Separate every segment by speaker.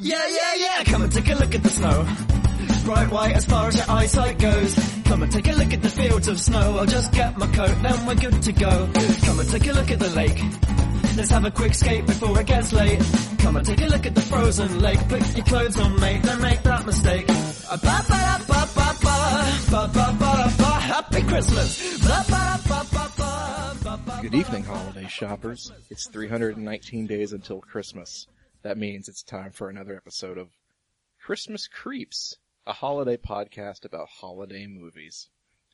Speaker 1: Yeah, yeah, yeah, come and take a look at the snow. Bright white as far as your eyesight goes. Come and take a look at the fields of snow. I'll just get my coat, then we're good to go. Come and take a look at the lake. Let's have a quick skate before it gets late. Come and take a look at the frozen lake. Put your clothes on, mate, don't make that mistake. Ah, Ba ba da ba ba ba ba ba ba da ba. Happy Christmas. Ba ba da ba ba ba ba ba.
Speaker 2: Good evening, holiday shoppers. It's 319 days until Christmas. That means it's time for another episode of Christmas Creeps, a holiday podcast about holiday movies.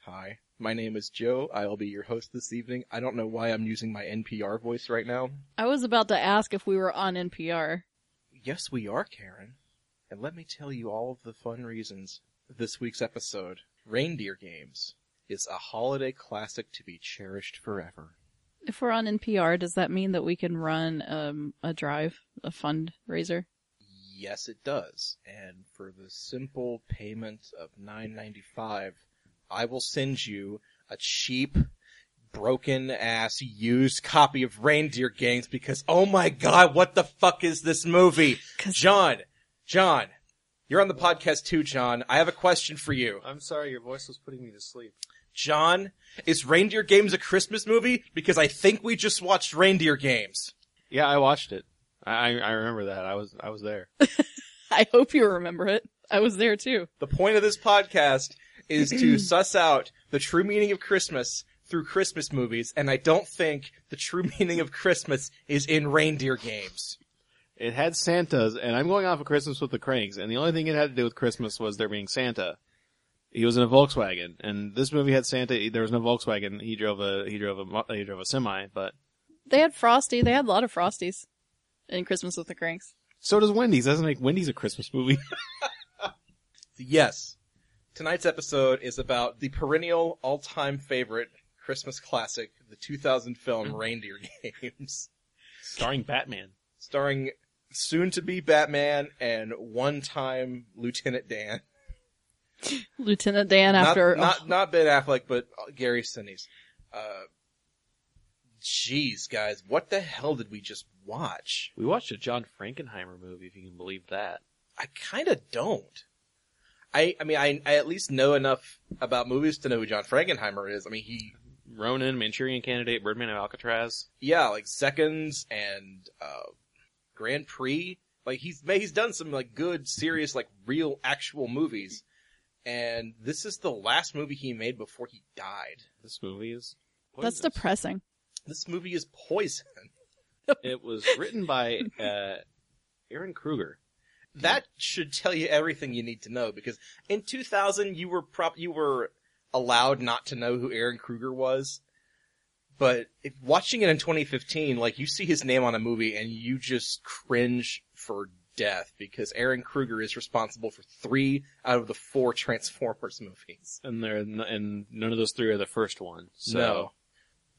Speaker 2: Hi, my name is Joe. I will be your host this evening. I don't know why I'm using my NPR voice right now.
Speaker 3: I was about to ask if we were on NPR.
Speaker 2: Yes, we are, Karen. And let me tell you all of the fun reasons this week's episode, Reindeer Games, is a holiday classic to be cherished forever.
Speaker 3: If we're on NPR, does that mean that we can run um, a drive, a fundraiser?
Speaker 2: Yes, it does. And for the simple payment of nine ninety five, I will send you a cheap, broken ass, used copy of Reindeer Games because oh my god, what the fuck is this movie?
Speaker 3: 'Cause-
Speaker 2: John, John, you're on the podcast too, John. I have a question for you.
Speaker 4: I'm sorry, your voice was putting me to sleep.
Speaker 2: John, is Reindeer Games a Christmas movie? Because I think we just watched Reindeer Games.
Speaker 4: Yeah, I watched it. I I I remember that. I was I was there.
Speaker 3: I hope you remember it. I was there too.
Speaker 2: The point of this podcast is to suss out the true meaning of Christmas through Christmas movies, and I don't think the true meaning of Christmas is in reindeer games.
Speaker 4: It had Santas, and I'm going off of Christmas with the Cranks, and the only thing it had to do with Christmas was there being Santa. He was in a Volkswagen, and this movie had Santa. There was no Volkswagen. He drove a he drove a mo- he drove a semi, but
Speaker 3: They had Frosty. They had a lot of Frosties in Christmas with the Cranks.
Speaker 4: so does Wendy's. Doesn't make Wendy's a Christmas movie.
Speaker 2: Yes. Tonight's episode is about the perennial all-time favorite Christmas classic, the 2000 film Reindeer Games,
Speaker 4: starring Batman.
Speaker 2: starring soon-to-be Batman and one-time Lieutenant Dan.
Speaker 3: Lieutenant Dan after.
Speaker 2: not not, not Ben Affleck, but Gary Sinise. Uh, jeez, guys, what the hell did we just watch?
Speaker 4: We watched a John Frankenheimer movie, if you can believe that.
Speaker 2: I kind of don't. I I mean, I I at least know enough about movies to know who John Frankenheimer is. I mean, he
Speaker 4: Ronan, Manchurian Candidate, Birdman of Alcatraz.
Speaker 2: yeah, like Seconds and uh, Grand Prix. Like he's ma- he's done some like good, serious, like real, actual movies. And this is the last movie he made before he died.
Speaker 4: This movie is.
Speaker 3: oh, that's
Speaker 4: poisonous.
Speaker 3: depressing.
Speaker 2: This movie is poison.
Speaker 4: It was written by uh, Aaron Kruger.
Speaker 2: that should tell you everything you need to know because in 2000 you were prop you were allowed not to know who Aaron Kruger was. But if watching it in 2015, like you see his name on a movie and you just cringe for death because Aaron Kruger is responsible for three out of the four Transformers movies.
Speaker 4: and they're n- and none of those three are the first one. So
Speaker 2: No.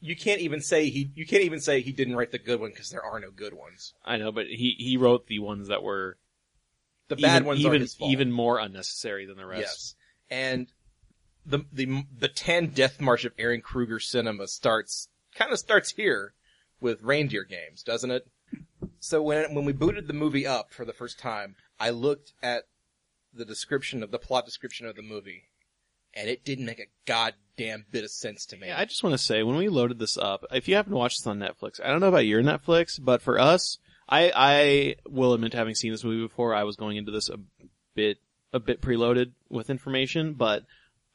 Speaker 2: You can't even say he, you can't even say he didn't write the good one because there are no good ones.
Speaker 4: I know, but he he wrote the ones that were
Speaker 2: The bad
Speaker 4: even,
Speaker 2: ones are
Speaker 4: even
Speaker 2: his fault.
Speaker 4: even more unnecessary than the rest.
Speaker 2: Yes, and the the the ten death march of Aaron Kruger cinema starts kind of starts here with Reindeer Games, doesn't it? So when when we booted the movie up for the first time, I looked at the description of the plot description of the movie, and it didn't make a goddamn bit of sense to me.
Speaker 4: Yeah, I just want to say when we loaded this up, if you happen to watch this on Netflix, I don't know about your Netflix, but for us, I I will admit to having seen this movie before. I was going into this a bit a bit preloaded with information, but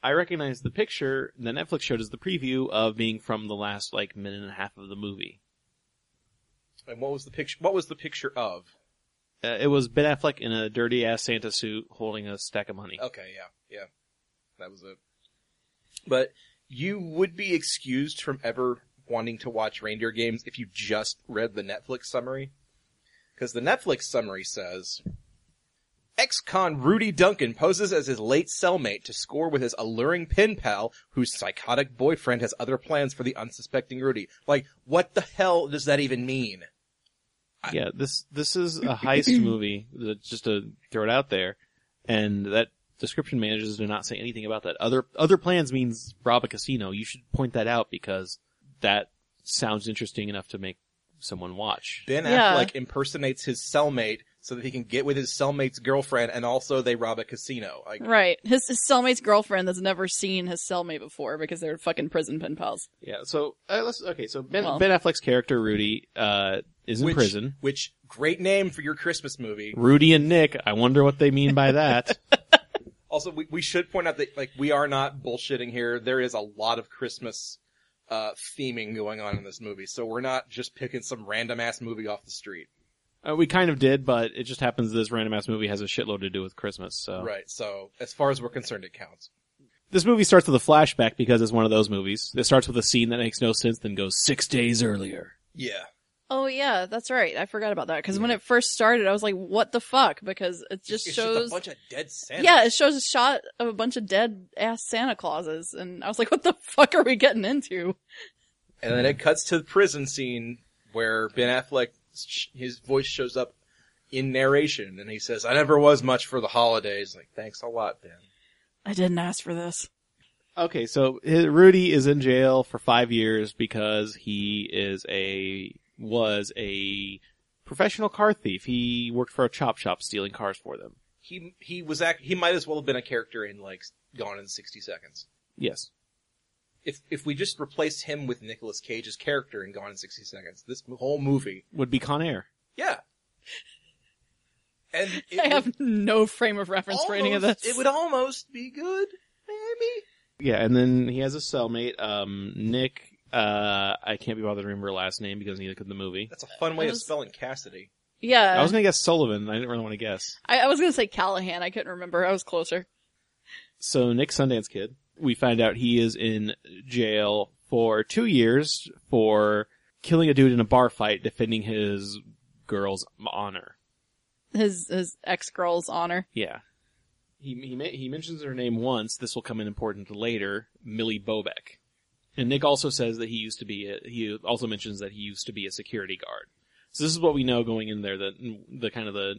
Speaker 4: I recognized the picture the Netflix showed as the preview of being from the last like minute and a half of the movie.
Speaker 2: and what was the picture? What was the picture of?
Speaker 4: Uh, it was Ben Affleck in a dirty ass Santa suit holding a stack of money.
Speaker 2: Okay, yeah, yeah, that was it. But you would be excused from ever wanting to watch reindeer games if you just read the Netflix summary, because the Netflix summary says. Ex-con Rudy Duncan poses as his late cellmate to score with his alluring pen pal, whose psychotic boyfriend has other plans for the unsuspecting Rudy. Like, what the hell does that even mean? I-
Speaker 4: Yeah, this this is a heist movie. that- Just to throw it out there, and that description managers do not say anything about that. Other other plans means rob a casino. You should point that out because that sounds interesting enough to make someone watch.
Speaker 2: Ben
Speaker 3: Yeah.
Speaker 2: Affleck impersonates his cellmate so that he can get with his cellmate's girlfriend, and also they rob a casino. Like,
Speaker 3: Right. His, his cellmate's girlfriend that's never seen his cellmate before because they're fucking prison pen pals.
Speaker 4: Yeah. So uh, let's okay. So Ben
Speaker 3: Well-
Speaker 4: Ben Affleck's character Rudy uh, is in
Speaker 2: which,
Speaker 4: prison.
Speaker 2: Which great name for your Christmas movie.
Speaker 4: Rudy and Nick. I wonder what they mean by that.
Speaker 2: Also, we, we should point out that like we are not bullshitting here. There is a lot of Christmas uh theming going on in this movie, so we're not just picking some random ass movie off the street,
Speaker 4: uh, we kind of did, but it just happens this random ass movie has a shitload to do with Christmas. So
Speaker 2: right? So as far as we're concerned, it counts.
Speaker 4: this movie starts with a flashback because it's one of those movies. It starts with a scene that makes no sense, then goes six days earlier.
Speaker 2: Yeah,
Speaker 3: Oh yeah, that's right. I forgot about that because when it first started, I was like, "What the fuck?" Because it just
Speaker 2: it's just
Speaker 3: shows.
Speaker 2: a bunch of dead Santa.
Speaker 3: yeah, it shows a shot of a bunch of dead ass Santa Clauses, and I was like, "What the fuck are we getting into?"
Speaker 2: And then it cuts to the prison scene where Ben Affleck, sh- his voice shows up in narration, and he says, "I never was much for the holidays." Like, thanks a lot, Ben.
Speaker 3: I didn't ask for this.
Speaker 4: Okay, so hi- Rudy is in jail for five years because he is a was a professional car thief. He worked for a chop shop stealing cars for them.
Speaker 2: He he was act. He might as well have been a character in like Gone in sixty seconds.
Speaker 4: Yes.
Speaker 2: If if we just replaced him with Nicolas Cage's character in Gone in sixty seconds, this m- whole movie,
Speaker 4: Would be Con Air.
Speaker 2: yeah. And it
Speaker 3: I
Speaker 2: would
Speaker 3: have no frame of reference for any of
Speaker 2: almost-
Speaker 3: this.
Speaker 2: It would almost be good, maybe.
Speaker 4: Yeah, and then he has a cellmate, um, Nick. Uh, I can't be bothered to remember her last name because neither could the movie.
Speaker 2: That's a fun way
Speaker 3: It
Speaker 2: of
Speaker 3: was-
Speaker 2: spelling Cassidy.
Speaker 3: yeah,
Speaker 4: I was gonna guess Sullivan. I didn't really want to guess.
Speaker 3: I, I was gonna say Callahan. I couldn't remember. I was closer.
Speaker 4: So Nick Sundance Kid, we find out he is in jail for two years for killing a dude in a bar fight, defending his girl's honor.
Speaker 3: His his ex girl's honor.
Speaker 4: Yeah. He he ma- he mentions her name once. This will come in important later. Millie Bobek. And Nick also says that he used to be. A, he also mentions that he used to be a security guard. So this is what we know going in there. That the kind of the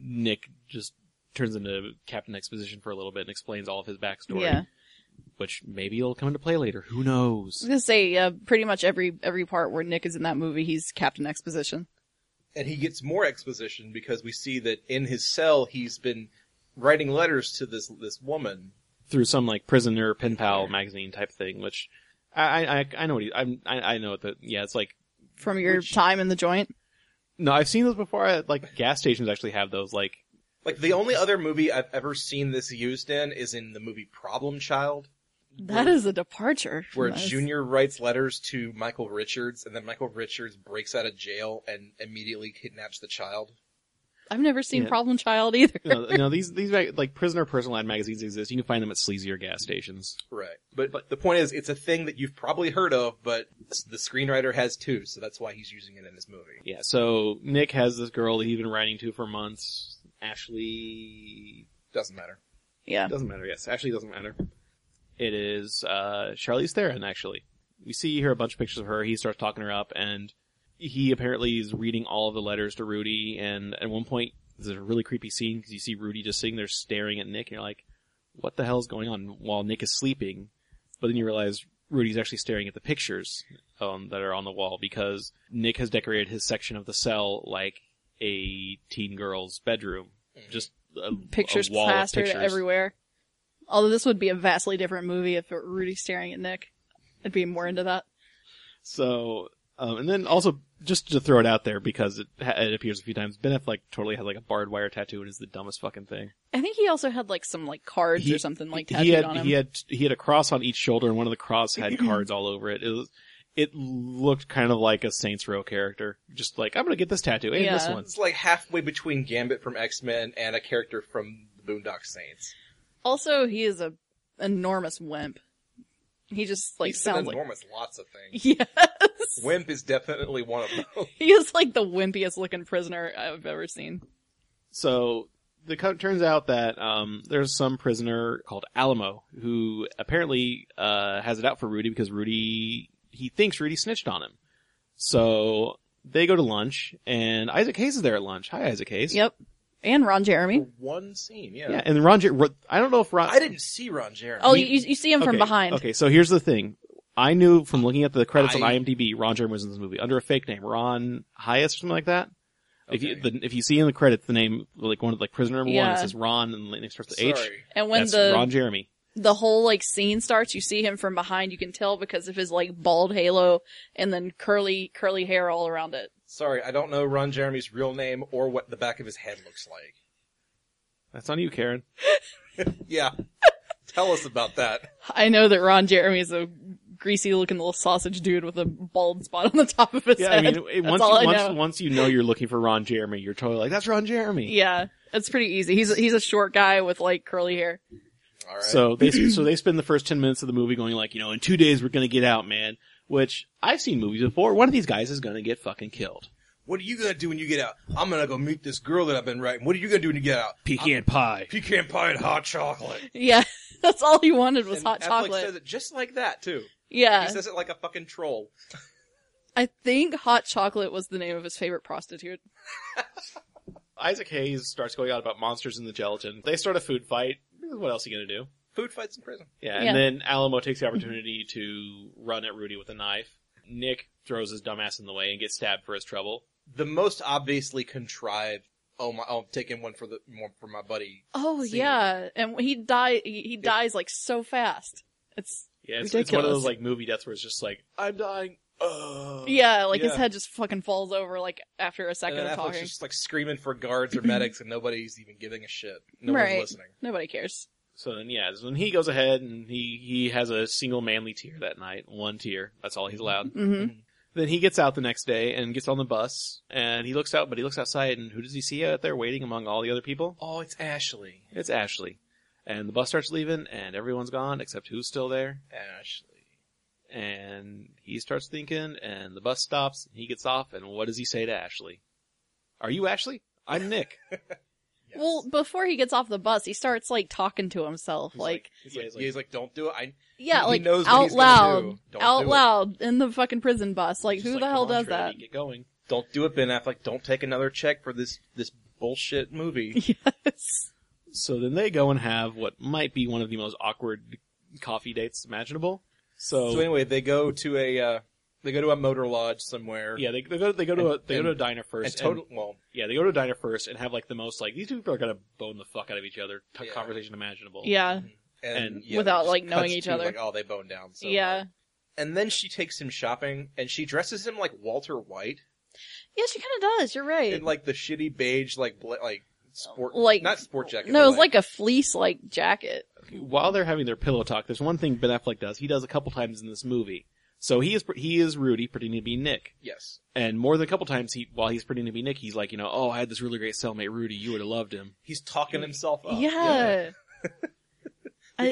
Speaker 4: Nick just turns into Captain Exposition for a little bit and explains all of his backstory.
Speaker 3: Yeah.
Speaker 4: Which maybe it'll come into play later. Who
Speaker 3: I was
Speaker 4: knows?
Speaker 3: gonna say uh, pretty much every every part where Nick is in that movie, he's Captain Exposition.
Speaker 2: and he gets more exposition because we see that in his cell he's been writing letters to this this woman.
Speaker 4: Through some like prisoner pen pal magazine type thing. Which I I I- I know what he I'm, I I know what the yeah it's like
Speaker 3: From your
Speaker 4: Which-
Speaker 3: time in the joint,
Speaker 4: No, I've seen those before. At, like gas stations actually have those. Like,
Speaker 2: Like the only other movie I've ever seen this used in is in the movie Problem Child,
Speaker 3: that is a departure. from
Speaker 2: where
Speaker 3: this.
Speaker 2: Junior writes letters to Michael Richards, and then Michael Richards breaks out of jail and immediately kidnaps the child.
Speaker 3: I've never seen
Speaker 4: Yeah.
Speaker 3: Problem Child either.
Speaker 4: you know, you know, these these mag- like prisoner personal ad magazines exist. You can find them at sleazier gas stations.
Speaker 2: Right, but but the point is, it's a thing that you've probably heard of, but the screenwriter has too, so that's why he's using it in his movie.
Speaker 4: Yeah. So Nick has this girl that he's been writing to for months. Ashley
Speaker 2: Doesn't matter.
Speaker 3: Yeah.
Speaker 4: doesn't matter. Yes, Ashley doesn't matter. It is uh Charlize Theron. Actually, we see here a bunch of pictures of her. He starts talking her up, and he apparently is reading all of the letters to Rudy. And at one point, this is a really creepy scene because you see Rudy just sitting there staring at Nick, and you're like, "What the hell is going on?" While Nick is sleeping, but then you realize Rudy's actually staring at the pictures um, that are on the wall because Nick has decorated his section of the cell like a teen girl's bedroom,
Speaker 2: Mm.
Speaker 4: just a,
Speaker 3: Pictures
Speaker 4: a wall of
Speaker 3: plastered
Speaker 4: pictures.
Speaker 3: everywhere. Although this would be a vastly different movie if it were Rudy staring at Nick. I'd be more into that.
Speaker 4: So, um, and then also just to throw it out there because it, ha- it appears a few times, Ben Affleck totally had like a barbed wire tattoo and is the dumbest fucking thing.
Speaker 3: I think he also had like some like cards
Speaker 4: He-
Speaker 3: or something like tattooed
Speaker 4: he had
Speaker 3: on him.
Speaker 4: he had he had a cross on each shoulder and one of the cross had cards all over it. It was it looked kind of like a Saints Row character, just like I'm gonna get this tattoo and this
Speaker 3: Yeah.
Speaker 4: one.
Speaker 2: It's like halfway between Gambit from X Men and a character from the Boondock Saints.
Speaker 3: Also, he is a enormous wimp. He just like
Speaker 2: He's
Speaker 3: sounds
Speaker 2: been
Speaker 3: like
Speaker 2: enormous lots of things.
Speaker 3: yes.
Speaker 2: Wimp is definitely one of them.
Speaker 3: He is like the wimpiest looking prisoner I've ever seen.
Speaker 4: So the co- turns out that um, there's some prisoner called Alamo who apparently uh, has it out for Rudy because Rudy he thinks Rudy snitched on him. So they go to lunch, and Isaac Hayes is there at lunch. Hi, Isaac Hayes.
Speaker 3: Yep. And Ron Jeremy.
Speaker 2: one scene, yeah.
Speaker 4: Yeah, and Ron. Jer- Ro- I don't know if Ron.
Speaker 2: I didn't see Ron Jeremy.
Speaker 3: Oh, you, you you see him from
Speaker 4: Okay,
Speaker 3: behind.
Speaker 4: Okay, so here's the thing. I knew from looking at the credits
Speaker 2: I-
Speaker 4: on IMDb, Ron Jeremy was in this movie under a fake name, Ron Hyas or something like that. If you
Speaker 2: Okay.
Speaker 4: the, if you see in the credits the name like one of like prisoner number one,
Speaker 3: Yeah.
Speaker 4: it says Ron and it starts with
Speaker 2: Sorry.
Speaker 4: H.
Speaker 3: And when
Speaker 4: That's
Speaker 3: the
Speaker 4: Ron Jeremy.
Speaker 3: the whole like scene starts, you see him from behind. You can tell because of his like bald halo and then curly curly hair all around it.
Speaker 2: Sorry, I don't know Ron Jeremy's real name or what the back of his head looks like.
Speaker 4: That's on you, Karen.
Speaker 2: Yeah. Tell us about that.
Speaker 3: I know that Ron Jeremy is a greasy looking little sausage dude with a bald spot on the top of his
Speaker 4: Yeah, I
Speaker 3: head.
Speaker 4: mean, it,
Speaker 3: That's
Speaker 4: once
Speaker 3: all I
Speaker 4: once
Speaker 3: know.
Speaker 4: once you know you're looking for Ron Jeremy, you're totally like that's Ron Jeremy.
Speaker 3: Yeah, it's pretty easy. He's a, he's a short guy with like curly hair.
Speaker 2: All right.
Speaker 4: So they so they spend the first ten minutes of the movie going like, you know, in two days we're gonna get out, man. Which I've seen movies before. One of these guys is gonna get fucking killed.
Speaker 2: what are you gonna do when you get out? I'm gonna go meet this girl that I've been writing. What are you gonna do when you get out?
Speaker 4: Pecan pie.
Speaker 2: Pecan pie and hot chocolate.
Speaker 3: Yeah, that's all he wanted was
Speaker 2: And
Speaker 3: hot
Speaker 2: Affleck
Speaker 3: chocolate.
Speaker 2: says it just like that too.
Speaker 3: yeah,
Speaker 2: He says it like a fucking troll.
Speaker 3: I think hot chocolate was the name of his favorite prostitute.
Speaker 4: Isaac Hayes starts going on about monsters in the gelatin. They start a food fight. What else are you gonna do?
Speaker 2: Food fights in prison.
Speaker 4: Yeah, and
Speaker 3: Yeah.
Speaker 4: then Alamo takes the opportunity to run at Rudy with a knife. Nick throws his dumbass in the way and gets stabbed for his trouble.
Speaker 2: The most obviously contrived. Oh my! Oh, I'm taking one for the one for my buddy.
Speaker 3: Oh
Speaker 2: Scene.
Speaker 3: yeah, and he die he, he dies like so fast. It's
Speaker 4: Yeah, it's, it's one of
Speaker 3: Ridiculous.
Speaker 4: those like movie deaths where it's just like I'm dying. Ugh.
Speaker 3: yeah, like his
Speaker 2: yeah.
Speaker 3: head just fucking falls over like after a
Speaker 2: And
Speaker 3: second
Speaker 2: then
Speaker 3: of
Speaker 2: Affleck's
Speaker 3: talking.
Speaker 2: just like screaming for guards or medics, and nobody's even giving a shit. No
Speaker 3: Right.
Speaker 2: one's listening.
Speaker 3: Nobody cares.
Speaker 4: So then, yeah, it's when he goes ahead and he he has a single manly tear that night, one tear. That's all he's allowed.
Speaker 2: Mm-hmm.
Speaker 3: hmm
Speaker 4: Then he gets out the next day and gets on the bus and he looks out, but he looks outside and who does he see out there waiting among all the other people?
Speaker 2: Oh, it's Ashley.
Speaker 4: It's Ashley. And the bus starts leaving and everyone's gone except who's still there.
Speaker 2: Ashley.
Speaker 4: And he starts thinking and the bus stops. He gets off and what does he say to Ashley? Are you Ashley? I'm Nick.
Speaker 2: Yes.
Speaker 3: Well, before he gets off the bus, he starts like talking to himself,
Speaker 2: He's
Speaker 3: like,
Speaker 2: he's,
Speaker 4: Yeah,
Speaker 2: like,
Speaker 4: he's like-
Speaker 2: he's like, don't do it. I
Speaker 3: yeah,
Speaker 2: he
Speaker 3: like
Speaker 2: knows what
Speaker 3: out
Speaker 2: he's gonna
Speaker 3: loud,
Speaker 2: do. Don't
Speaker 3: out
Speaker 2: do it.
Speaker 3: loud in the fucking prison bus. Like,
Speaker 4: Just
Speaker 3: who the
Speaker 4: "Come
Speaker 3: hell
Speaker 4: on,
Speaker 3: does
Speaker 4: Trinity,
Speaker 3: that?
Speaker 4: Get going.
Speaker 2: don't do it, Ben Affleck. Don't take another check for this this bullshit movie.
Speaker 3: Yes.
Speaker 4: So then they go and have what might be one of the most awkward coffee dates imaginable. So,
Speaker 2: So anyway, they go to a uh, they go to a motor lodge somewhere.
Speaker 4: yeah, they, they go they go to a they
Speaker 2: And-
Speaker 4: go to a diner first.
Speaker 2: And
Speaker 4: and-
Speaker 2: total, well,
Speaker 4: yeah, they go to a diner first and have like the most like these two people are gonna bone the fuck out of each other t-
Speaker 2: Yeah.
Speaker 4: conversation imaginable.
Speaker 3: Yeah.
Speaker 2: and,
Speaker 4: And-
Speaker 2: yeah,
Speaker 3: mm-hmm. Without,
Speaker 2: it just
Speaker 3: like, knowing
Speaker 2: cuts
Speaker 3: each
Speaker 2: to,
Speaker 3: other.
Speaker 2: Like, oh, they boned down. So
Speaker 3: yeah.
Speaker 2: hard. And then she takes him shopping, and she dresses him like Walter White
Speaker 3: Yeah, she kind of does. You're right.
Speaker 2: in like the shitty beige, like bla- like sport,
Speaker 3: Like-
Speaker 2: not sport jacket.
Speaker 3: no,
Speaker 2: but,
Speaker 3: it's like a fleece like jacket.
Speaker 4: While they're having their pillow talk, there's one thing Ben Affleck does. He does a couple times in this movie. So he is he is Rudy pretending to be Nick,
Speaker 2: yes.
Speaker 4: and more than a couple times he while he's pretending to be Nick, he's like you know oh I had this really great cellmate Rudy, you would have loved him.
Speaker 2: He's talking himself up.
Speaker 3: Mm. yeah. I-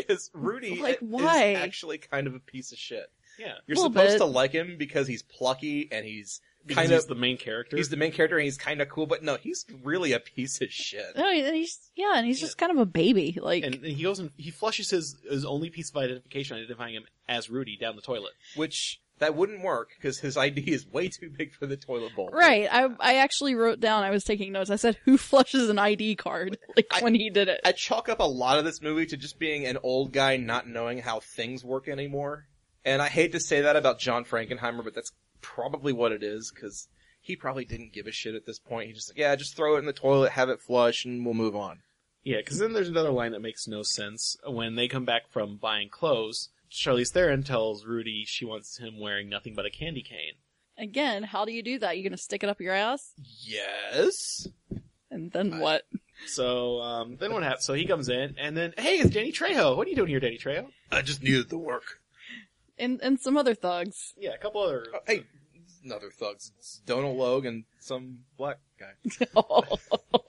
Speaker 2: Because Rudy
Speaker 3: like,
Speaker 2: i- is
Speaker 3: why?
Speaker 2: actually kind of a piece of shit.
Speaker 4: Yeah,
Speaker 2: You're
Speaker 3: Little
Speaker 2: supposed
Speaker 3: bit.
Speaker 2: to like him because he's plucky and he's
Speaker 4: because
Speaker 2: kind
Speaker 4: he's
Speaker 2: of
Speaker 4: the main character.
Speaker 2: he's the main character and he's kind of cool, but no, he's really a piece of shit.
Speaker 3: No, and he's yeah, and he's just kind of a baby. Like,
Speaker 4: and, and he goes and he flushes his his only piece of identification identifying him as Rudy down the toilet.
Speaker 2: Which that wouldn't work because his ID is way too big for the toilet bowl.
Speaker 3: right? I I actually wrote down. I was taking notes. I said, "Who flushes an ID card?" Like
Speaker 2: I-
Speaker 3: when he did it.
Speaker 2: I chalk up a lot of this movie to just being an old guy not knowing how things work anymore. And I hate to say that about John Frankenheimer, but that's probably what it is because he probably didn't give a shit at this point. He just like, yeah, just throw it in the toilet, have it flush, and we'll move on.
Speaker 4: Yeah, because then there's another line that makes no sense. When they come back from buying clothes, Charlize Theron tells Rudy she wants him wearing nothing but a candy cane.
Speaker 3: Again, how do you do that? You're gonna stick it up your ass,
Speaker 2: Yes.
Speaker 3: and then
Speaker 2: I-
Speaker 3: what?
Speaker 4: So um, then what happens? So he comes in, and then hey, it's Danny Trejo. What are you doing here, Danny Trejo?
Speaker 2: I just needed the work.
Speaker 3: And and some other thugs.
Speaker 4: Yeah, a couple other.
Speaker 2: Oh, hey, another thugs. It's Donald Logue and some black guy.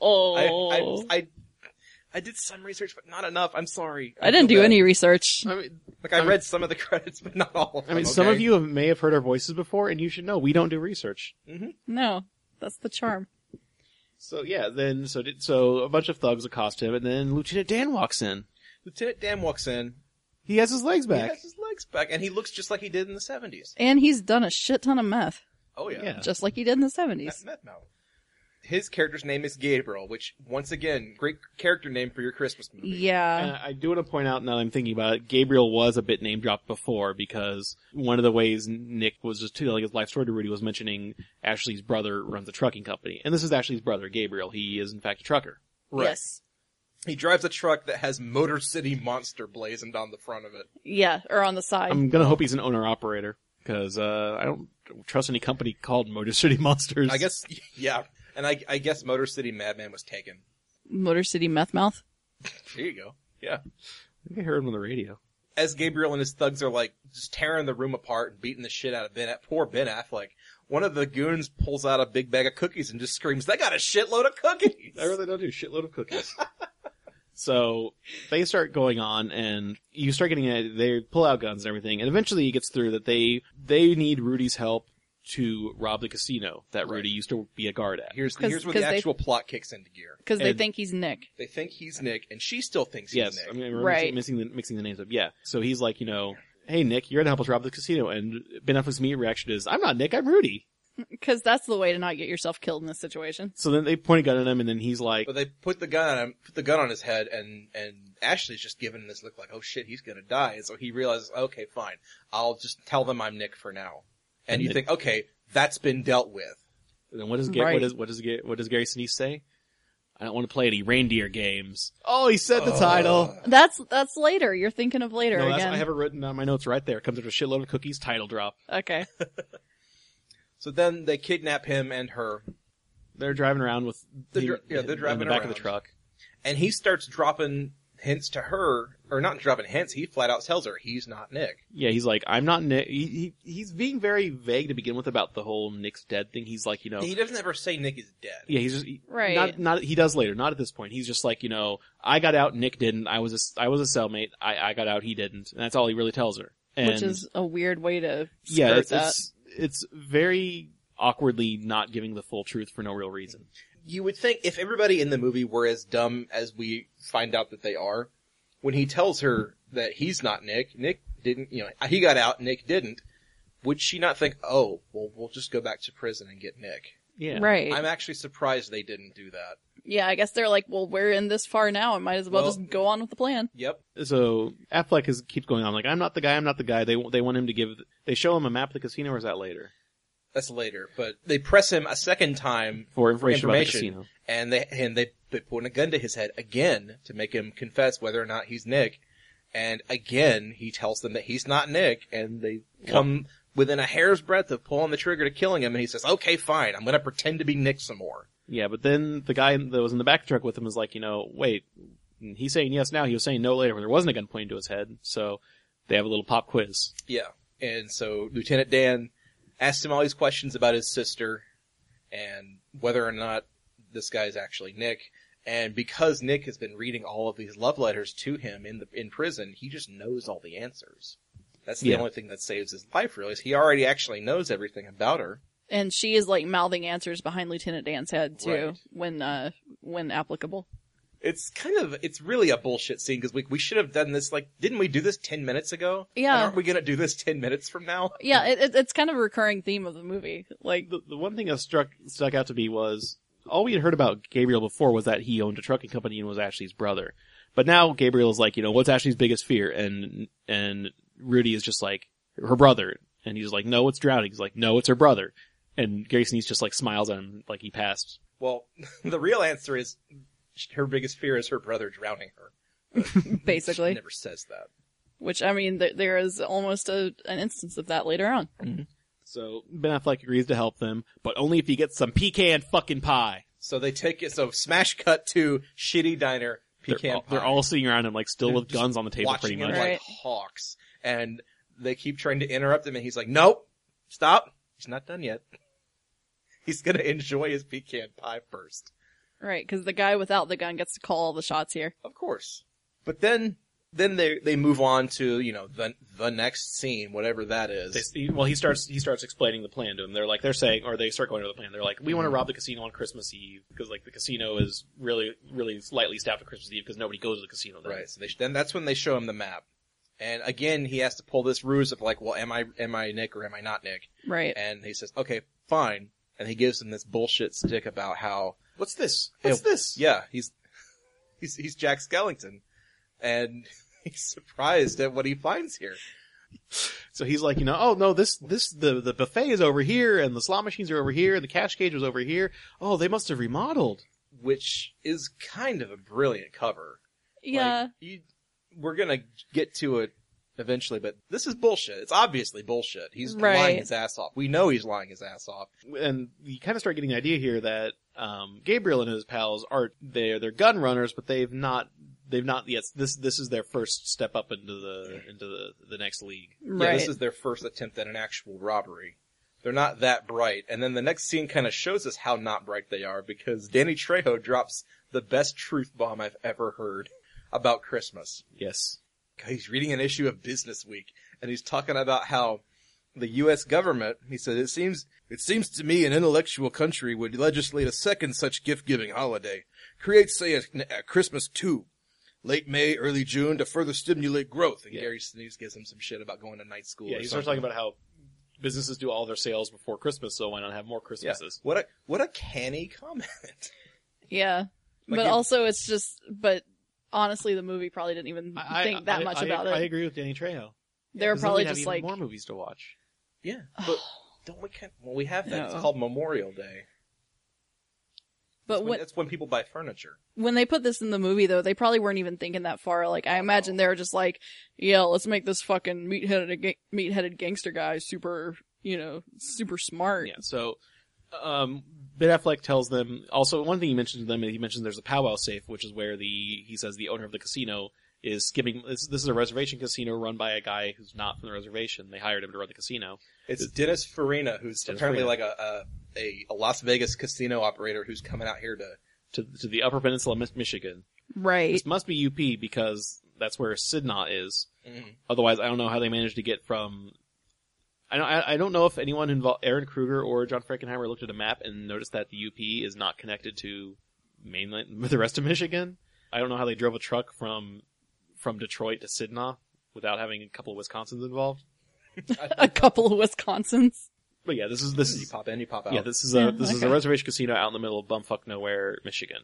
Speaker 3: oh.
Speaker 2: I, I,
Speaker 3: I,
Speaker 2: I, I did some research, but not enough. I'm sorry.
Speaker 3: didn't
Speaker 2: feel
Speaker 3: do
Speaker 2: bad.
Speaker 3: any research.
Speaker 4: I mean,
Speaker 2: Like I read some of the credits, but not all. Of
Speaker 4: I
Speaker 2: them,
Speaker 4: mean, some
Speaker 2: okay?
Speaker 4: of you have- may have heard our voices before, and you should know we don't do research.
Speaker 3: No, that's the charm.
Speaker 4: So yeah, then so did, so a bunch of thugs accost him, and then Lieutenant Dan walks in.
Speaker 2: Lieutenant Dan walks in.
Speaker 4: He has his legs
Speaker 2: He
Speaker 4: back.
Speaker 2: has his legs back, and he looks just like he did in the seventies.
Speaker 3: And he's done a shit ton of meth,
Speaker 2: Oh yeah,
Speaker 4: Yeah.
Speaker 3: just like he did in the
Speaker 2: That
Speaker 3: seventies.
Speaker 2: meth mouth. his character's name is Gabriel, which once again, great character name for your Christmas movie.
Speaker 3: Yeah.
Speaker 4: And I do want to point out now that I'm thinking about it, Gabriel was a bit name dropped before because one of the ways Nick was just telling his life story to Rudy was mentioning Ashley's brother runs a trucking company. And this is Ashley's brother, Gabriel. He is in fact a trucker.
Speaker 3: Yes.
Speaker 2: He drives a truck that has Motor City Monster blazoned on the front of it.
Speaker 3: Yeah. Or on the side.
Speaker 4: I'm gonna hope he's an owner operator because, uh, I don't trust any company called Motor City Monsters.
Speaker 2: I guess, yeah. And I, I guess Motor City Madman was taken.
Speaker 3: Motor City Meth Mouth.
Speaker 2: There you go. Yeah.
Speaker 4: I think I heard him on the radio.
Speaker 2: As Gabriel and his thugs are like just tearing the room apart and beating the shit out of Ben, poor Ben Affleck. One of the goons pulls out a big bag of cookies and just screams, "They got a shitload of cookies!"
Speaker 4: I really don't do shitload of cookies. so they start going on, and you start getting a, they pull out guns and everything, and eventually it gets through that they they need Rudy's help to rob the casino that Rudy used to be a guard at.
Speaker 2: Here's
Speaker 3: 'Cause-
Speaker 2: here's where the
Speaker 3: 'cause they-
Speaker 2: actual plot kicks into gear.
Speaker 3: Because they
Speaker 4: And-
Speaker 3: think he's Nick.
Speaker 2: They think he's Nick, and she still thinks
Speaker 4: Yes,
Speaker 2: he's
Speaker 4: I
Speaker 2: Nick.
Speaker 4: mean, we're
Speaker 3: Right.
Speaker 4: missing, missing the, mixing the names up. Yeah, so he's like, you know, hey Nick, you're gonna help us rob the casino, and Ben Affleck's immediate reaction is, I'm not Nick, I'm Rudy.
Speaker 3: Because that's the way to not get yourself killed in this situation.
Speaker 4: So then they point a gun at him, and then he's like,
Speaker 2: But they put the gun on him, put the gun on his head, and and Ashley's just giving him this look like, oh shit, he's gonna die. And so he realizes, okay, fine, I'll just tell them I'm Nick for now. And,
Speaker 4: And
Speaker 2: you
Speaker 4: they-
Speaker 2: think, okay, that's been dealt with.
Speaker 4: then what does Ga-
Speaker 3: Right.
Speaker 4: what does what does Ga- what does Gary Sinise say? I don't want to play any reindeer games. Oh, he said the title.
Speaker 2: Uh,
Speaker 3: That's that's later. You're thinking of later
Speaker 4: No, that's,
Speaker 3: again.
Speaker 4: I have it written on my notes right there. Comes with a shitload of cookies. Title drop.
Speaker 3: okay.
Speaker 2: So then they kidnap him and her,
Speaker 4: They're driving around with
Speaker 2: They're
Speaker 4: the-
Speaker 2: dri- yeah, they're
Speaker 4: in the
Speaker 2: driving
Speaker 4: back of the
Speaker 2: around.
Speaker 4: truck.
Speaker 2: and he starts dropping hints to her, or not dropping hints. He flat out tells her he's not Nick.
Speaker 4: Yeah, he's like, I'm not Nick. He, he, he's being very vague to begin with about the whole Nick's dead thing. He's like, you know,
Speaker 2: He doesn't ever say Nick is dead.
Speaker 4: yeah, he's just he-
Speaker 3: Right.
Speaker 4: Not, not he does later. Not at this point. He's just like, you know, I got out. Nick didn't. I was a s I was a cellmate. I, I got out. He didn't. And that's all he really tells her. And
Speaker 3: Which is a weird way to
Speaker 4: yeah,
Speaker 3: skirt
Speaker 4: it's,
Speaker 3: that.
Speaker 4: it's it's very awkwardly not giving the full truth for no real reason.
Speaker 2: you would think if everybody in the movie were as dumb as we find out that they are, when he tells her that he's not Nick, Nick didn't, you know, he got out, Nick didn't, would she not think, oh, well, we'll just go back to prison and get Nick?
Speaker 4: Yeah.
Speaker 3: Right.
Speaker 2: I'm actually surprised they didn't do that.
Speaker 3: yeah, I guess they're like, well, we're in this far now. I might as well,
Speaker 2: Well-
Speaker 3: just go on with the plan.
Speaker 2: Yep.
Speaker 4: so Affleck is keeps going on like I'm not the guy, I'm not the guy. They they want him to give they show him a map of the casino, or is that later
Speaker 2: That's later, but they press him a second time
Speaker 4: for
Speaker 2: information,
Speaker 4: information, about the casino?
Speaker 2: and they and they they put a gun to his head again to make him confess whether or not he's Nick, and again he tells them that he's not Nick, and they come within a hair's breadth of pulling the trigger to killing him, and he says, "Okay, fine, I'm gonna pretend to be Nick some more."
Speaker 4: Yeah, but then the guy that was in the back truck with him is like, you know, wait, he's saying yes now, he was saying no later when there wasn't a gun pointed to his head. So they have a little pop quiz.
Speaker 2: Yeah, and so Lieutenant Dan asks him all these questions about his sister and whether or not this guy is actually Nick. And because Nick has been reading all of these love letters to him in the in prison, he just knows all the answers. That's the
Speaker 4: Yeah.
Speaker 2: only thing that saves his life, really. Is he already actually knows everything about her.
Speaker 3: And she is like mouthing answers behind Lieutenant Dan's head too,
Speaker 2: Right.
Speaker 3: when uh when applicable.
Speaker 2: It's kind of it's really a bullshit scene because we we should have done this like didn't we do this ten minutes ago?
Speaker 3: Yeah.
Speaker 2: And aren't we gonna do this ten minutes from now?
Speaker 3: Yeah, it, it, it's kind of a recurring theme of the movie. Like,
Speaker 4: The, the one thing that struck stuck out to me was all we had heard about Gabriel before was that he owned a trucking company and was Ashley's brother. But now Gabriel's like, you know, what's Ashley's biggest fear? And and Rudy is just like her brother, and he's like, no, it's drowning. He's like, no, it's her brother. And Gary Sinise just like smiles at him like he passed.
Speaker 2: Well, the real answer is her biggest fear is her brother drowning her.
Speaker 3: basically.
Speaker 2: She never says that.
Speaker 3: Which I mean, th- there is almost a, an instance of that later on.
Speaker 4: So Ben Affleck agrees to help them, but only if he gets some pecan fucking pie.
Speaker 2: So they take it. So smash cut to shitty diner
Speaker 4: they're,
Speaker 2: pecan.
Speaker 4: all, they're
Speaker 2: pie.
Speaker 4: all sitting around him like still
Speaker 2: They're
Speaker 4: with
Speaker 2: just
Speaker 4: guns on the table, pretty
Speaker 2: watching him
Speaker 4: much.
Speaker 3: Right.
Speaker 2: like hawks, and they keep trying to interrupt him, and he's like, "Nope, stop. He's not done yet. He's gonna enjoy his pecan pie first,
Speaker 3: Right, because the guy without the gun gets to call all the shots here.
Speaker 2: of course." But then, then they they move on to you know the the next scene, whatever that is.
Speaker 4: They see- well, he starts he starts explaining the plan to him. They're like they're saying, or they start going over the plan. They're like, we want to rob the casino on Christmas Eve because like the casino is really really lightly staffed at Christmas Eve because nobody goes to the casino. Then.
Speaker 2: Right. So they, then that's when they show him the map, and again he has to pull this ruse of like, well, am I am I Nick or am I not Nick?
Speaker 3: Right.
Speaker 2: And he says, okay, fine. and he gives him this bullshit stick about how
Speaker 4: What's this? What's
Speaker 2: Ew.
Speaker 4: this?
Speaker 2: yeah he's he's he's Jack Skellington, and he's surprised at what he finds here.
Speaker 4: So he's like, you know, oh no, this this the the buffet is over here, and the slot machines are over here, and the cash cage was over here. Oh, they must have remodeled.
Speaker 2: which is kind of a brilliant cover.
Speaker 3: Yeah.
Speaker 2: Like, you, we're gonna get to it eventually, but this is bullshit. It's obviously bullshit. He's lying
Speaker 3: Right.
Speaker 2: his ass off. We know he's lying his ass off.
Speaker 4: and you kind of start getting the idea here that um, Gabriel and his pals are they're they're gun runners, but they've not they've not yet. This this is their first step up into the into the, the next league.
Speaker 2: Yeah,
Speaker 3: right.
Speaker 2: this is their first attempt at an actual robbery. They're not that bright. And then the next scene kind of shows us how not bright they are because Danny Trejo drops the best truth bomb I've ever heard about Christmas.
Speaker 4: Yes,
Speaker 2: he's reading an issue of Business Week, and he's talking about how the U.S. government. He said, "It seems it seems to me an intellectual country would legislate a second such gift-giving holiday, create say a, a Christmas too, late May, early June, to further stimulate growth." And
Speaker 4: Yeah.
Speaker 2: Gary Sinise gives him some shit about going to night school.
Speaker 4: yeah.
Speaker 2: or
Speaker 4: He starts talking
Speaker 2: something.
Speaker 4: about how businesses do all their sales before Christmas, so why not have more
Speaker 2: Yeah.
Speaker 4: Christmases?
Speaker 2: What a what a canny comment.
Speaker 3: yeah.
Speaker 2: Like
Speaker 3: but
Speaker 2: it-
Speaker 3: also, it's just. But honestly, the movie probably didn't even
Speaker 4: I
Speaker 3: think that much about
Speaker 4: I
Speaker 3: it.
Speaker 4: agree with Danny Trejo.
Speaker 3: They were probably just like,
Speaker 4: more movies to watch.
Speaker 2: yeah, but don't we can't? Well, we have that. It's
Speaker 3: No.
Speaker 2: called Memorial Day.
Speaker 3: but
Speaker 2: When-
Speaker 3: when
Speaker 2: that's when people buy furniture.
Speaker 3: when they put this in the movie though, they probably weren't even thinking that far. Like I imagine they were just like, yeah, let's make this fucking meat-headed ga- meat-headed gangster guy super, you know, super smart.
Speaker 4: Yeah. So, um, Ben Affleck tells them also one thing he mentioned to them. He mentioned there's a powwow safe, which is where the he says the owner of the casino is skipping. This, this is a reservation casino run by a guy who's not from the reservation. They hired him to run the casino.
Speaker 2: It's Dennis Farina, who's
Speaker 4: Dennis
Speaker 2: apparently
Speaker 4: Farina.
Speaker 2: like a, a a a Las Vegas casino operator who's coming out here to.
Speaker 4: To, to the Upper Peninsula, Mi- Michigan.
Speaker 3: Right.
Speaker 4: This must be UP because that's where Sidna is. Otherwise, I don't know how they managed to get from. I don't. I, I don't know if anyone involved, Aaron Kruger or John Frankenheimer, looked at a map and noticed that the UP is not connected to mainland, the rest of Michigan. I don't know how they drove a truck from from Detroit to Sidna without having a couple of Wisconsins involved.
Speaker 3: A couple of Wisconsins.
Speaker 4: But yeah, this is this
Speaker 2: You
Speaker 4: is
Speaker 2: pop in, you pop out.
Speaker 4: yeah this is a
Speaker 3: Yeah,
Speaker 4: this is a
Speaker 3: okay.
Speaker 4: reservation casino out in the middle of bumfuck nowhere, Michigan.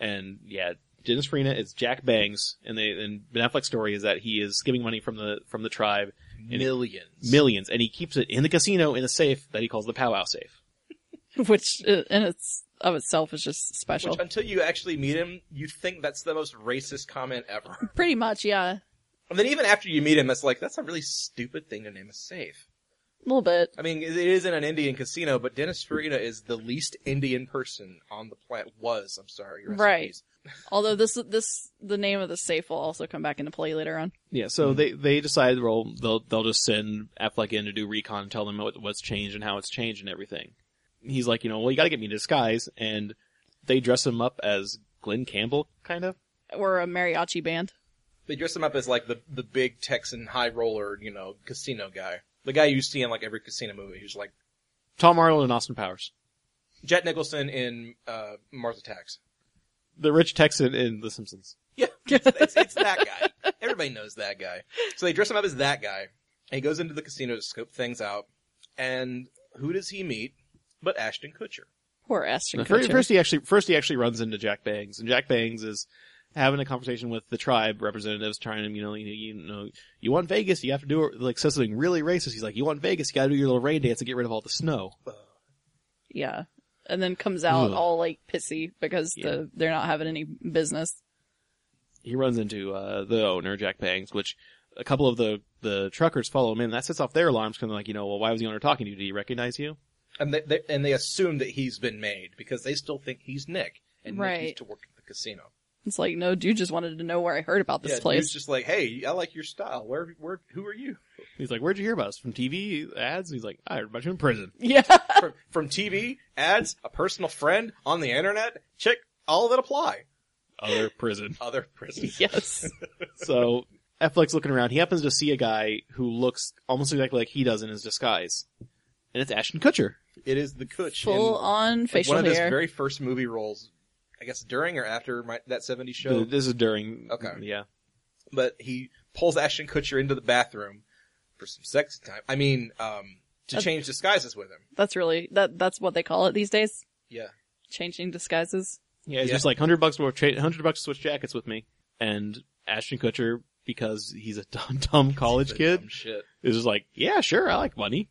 Speaker 4: And yeah, Dennis Farina is Jack Bangs, and they and Ben Affleck's story is that he is skimming money from the from the tribe
Speaker 2: millions.
Speaker 4: millions, and he keeps it in the casino in a safe that he calls the powwow safe.
Speaker 3: which uh, in its of itself is just special.
Speaker 2: Which until you actually meet him, you think that's the most racist comment ever.
Speaker 3: Pretty much, yeah,
Speaker 2: and then even after you meet him, it's like that's a really stupid thing to name a safe.
Speaker 3: a little bit.
Speaker 2: I mean, it it isn't an Indian casino, but Dennis Farina is the least Indian person on the planet. Was I'm sorry, rest in
Speaker 3: Right.
Speaker 2: peace.
Speaker 3: Although this this the name of the safe will also come back into play later on.
Speaker 4: Yeah, so they they decide well they'll they'll just send Affleck in to do recon and tell them what, what's changed and how it's changed and everything. He's like, you know, well you got to get me in disguise, and they dress him up as Glenn Campbell, kind of.
Speaker 3: We're a mariachi band.
Speaker 2: They dress him up as like the the big Texan high roller, you know, casino guy, the guy you see in like every casino movie, who's like
Speaker 4: Tom Arnold and Austin Powers,
Speaker 2: Jet Nicholson in uh, Mars Attacks.
Speaker 4: the rich Texan in The Simpsons.
Speaker 2: Yeah, it's, it's that guy. Everybody knows that guy. So they dress him up as that guy, and he goes into the casino to scope things out. And who does he meet? But Ashton Kutcher.
Speaker 3: Poor Ashton
Speaker 4: Now, fir-
Speaker 3: Kutcher.
Speaker 4: First, he actually first he actually runs into Jack Bangs, and Jack Bangs is having a conversation with the tribe representatives, trying to you know you, you know you want Vegas, you have to do it like says something really racist. He's like, you want Vegas, you got to do your little rain dance and get rid of all the snow.
Speaker 3: yeah, and then comes out
Speaker 4: Ugh.
Speaker 3: all like pissy because the they're not having any business.
Speaker 4: He runs into uh, the owner, Jack Bangs, which a couple of the the truckers follow him in. That sets off their alarms because they're like, you know, well, why was the owner talking to you? Did he recognize you?
Speaker 2: And they, they and they assume that he's been made because they still think he's Nick and Nick
Speaker 3: Right.
Speaker 2: used to work at the casino.
Speaker 3: It's like no, dude just wanted to know where I heard about this
Speaker 2: yeah,
Speaker 3: place.
Speaker 2: dude's just like, hey, I like your style. Where where who are you
Speaker 4: He's like, where'd you hear about us from TV ads? He's like, I heard about you in prison.
Speaker 3: yeah,
Speaker 2: from, from TV ads, a personal friend on the internet? Check all that apply.
Speaker 4: Other prison.
Speaker 2: Other prisons.
Speaker 3: yes,
Speaker 4: So Affleck's looking around. He happens to see a guy who looks almost exactly like he does in his disguise, and it's Ashton Kutcher.
Speaker 2: It is the Kutch. in-
Speaker 3: full on
Speaker 2: Like,
Speaker 3: facial
Speaker 2: one of his
Speaker 3: hair.
Speaker 2: very first movie roles, I guess during or after my, that 70s show,
Speaker 4: Th- This is during.
Speaker 2: Okay.
Speaker 4: Yeah.
Speaker 2: but he pulls Ashton Kutcher into the bathroom for some sexy time. I mean, um, to change disguises with him.
Speaker 3: That's really that. That's what they call it these days.
Speaker 2: Yeah.
Speaker 3: Changing disguises.
Speaker 4: Yeah, it's
Speaker 2: Yeah.
Speaker 4: just like hundred bucks worth, tra- hundred bucks to switch jackets with me, and Ashton Kutcher because he's a dumb, dumb college
Speaker 2: But
Speaker 4: kid
Speaker 2: dumb shit.
Speaker 4: is just like, yeah, sure, I like money.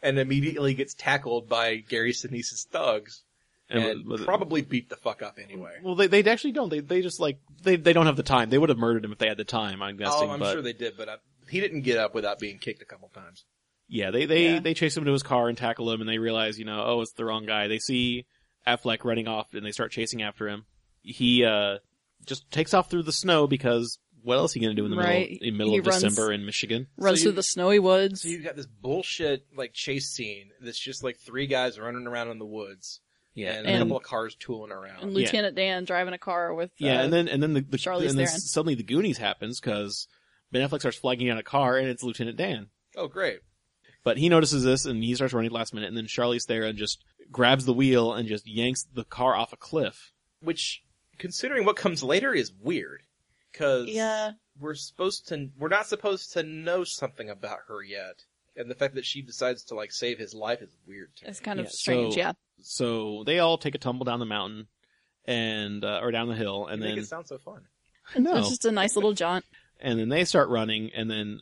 Speaker 2: And immediately gets tackled by Gary Sinise's thugs
Speaker 4: And
Speaker 2: and,
Speaker 4: was it-
Speaker 2: probably beat the fuck up anyway.
Speaker 4: Well, they they actually don't. They they just like they they don't have the time. They would have murdered him if they had the time. I'm guessing.
Speaker 2: oh, I'm
Speaker 4: but
Speaker 2: sure they did, but I, he didn't get up without being kicked a couple times.
Speaker 4: yeah, they they
Speaker 3: Yeah.
Speaker 4: they chase him to his car and tackle him, and they realize you know oh it's the wrong guy. They see Affleck running off, and they start chasing after him. He uh just takes off through the snow because what else he gonna do in the
Speaker 3: Right.
Speaker 4: middle in middle
Speaker 3: He
Speaker 4: of
Speaker 3: runs-
Speaker 4: December in Michigan?
Speaker 3: Runs
Speaker 2: you-
Speaker 3: through the snowy woods.
Speaker 2: So you've got this bullshit like chase scene that's just like three guys running around in the woods
Speaker 4: Yeah,
Speaker 2: and,
Speaker 3: and-
Speaker 2: a couple of cars tooling around.
Speaker 3: and
Speaker 4: yeah.
Speaker 3: Lieutenant Dan driving a car with
Speaker 4: Yeah,
Speaker 3: uh,
Speaker 4: and then and then the, the
Speaker 3: Charlize
Speaker 4: and then
Speaker 3: Theron.
Speaker 4: suddenly the Goonies happens because Ben Affleck starts flagging out a car and it's Lieutenant Dan.
Speaker 2: oh, great!
Speaker 4: But he notices this and he starts running last minute, and then Charlize Theron just grabs the wheel and just yanks the car off a cliff.
Speaker 2: Which, considering what comes later, is weird because
Speaker 3: Yeah.
Speaker 2: we're supposed to we're not supposed to know something about her yet, and the fact that she decides to like save his life is weird. To me.
Speaker 3: it's kind of
Speaker 4: Yeah,
Speaker 3: strange.
Speaker 4: so-
Speaker 3: yeah,
Speaker 4: So they all take a tumble down the mountain and uh, or down the hill, and
Speaker 2: You
Speaker 4: then
Speaker 2: make it sound so fun.
Speaker 4: no,
Speaker 3: it's just a nice little jaunt.
Speaker 4: and then they start running, and then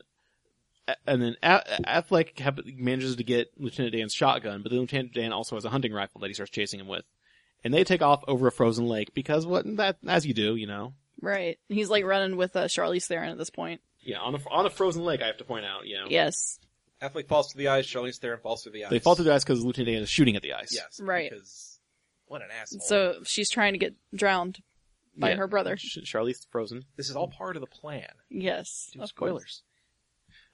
Speaker 4: and then a- Affleck hap- manages to get Lieutenant Dan's shotgun, but then Lieutenant Dan also has a hunting rifle that he starts chasing him with, and they take off over a frozen lake because what that as you do, you know.
Speaker 3: Right. He's like running with uh, Charlize Theron at this point.
Speaker 4: Yeah, on a on a frozen lake, I have to point out. You know,
Speaker 3: Yes.
Speaker 2: Affleck falls to the ice. Charlize Theron falls to the ice.
Speaker 4: they fall through the ice because Lieutenant Dan is shooting at the ice.
Speaker 2: Yes,
Speaker 3: Right.
Speaker 2: Because what an asshole.
Speaker 3: So she's trying to get drowned by
Speaker 4: Yeah.
Speaker 3: her brother.
Speaker 4: Sh- Charlize frozen.
Speaker 2: this is all part of the plan.
Speaker 3: Yes.
Speaker 2: Dude,
Speaker 3: of course.
Speaker 2: spoilers.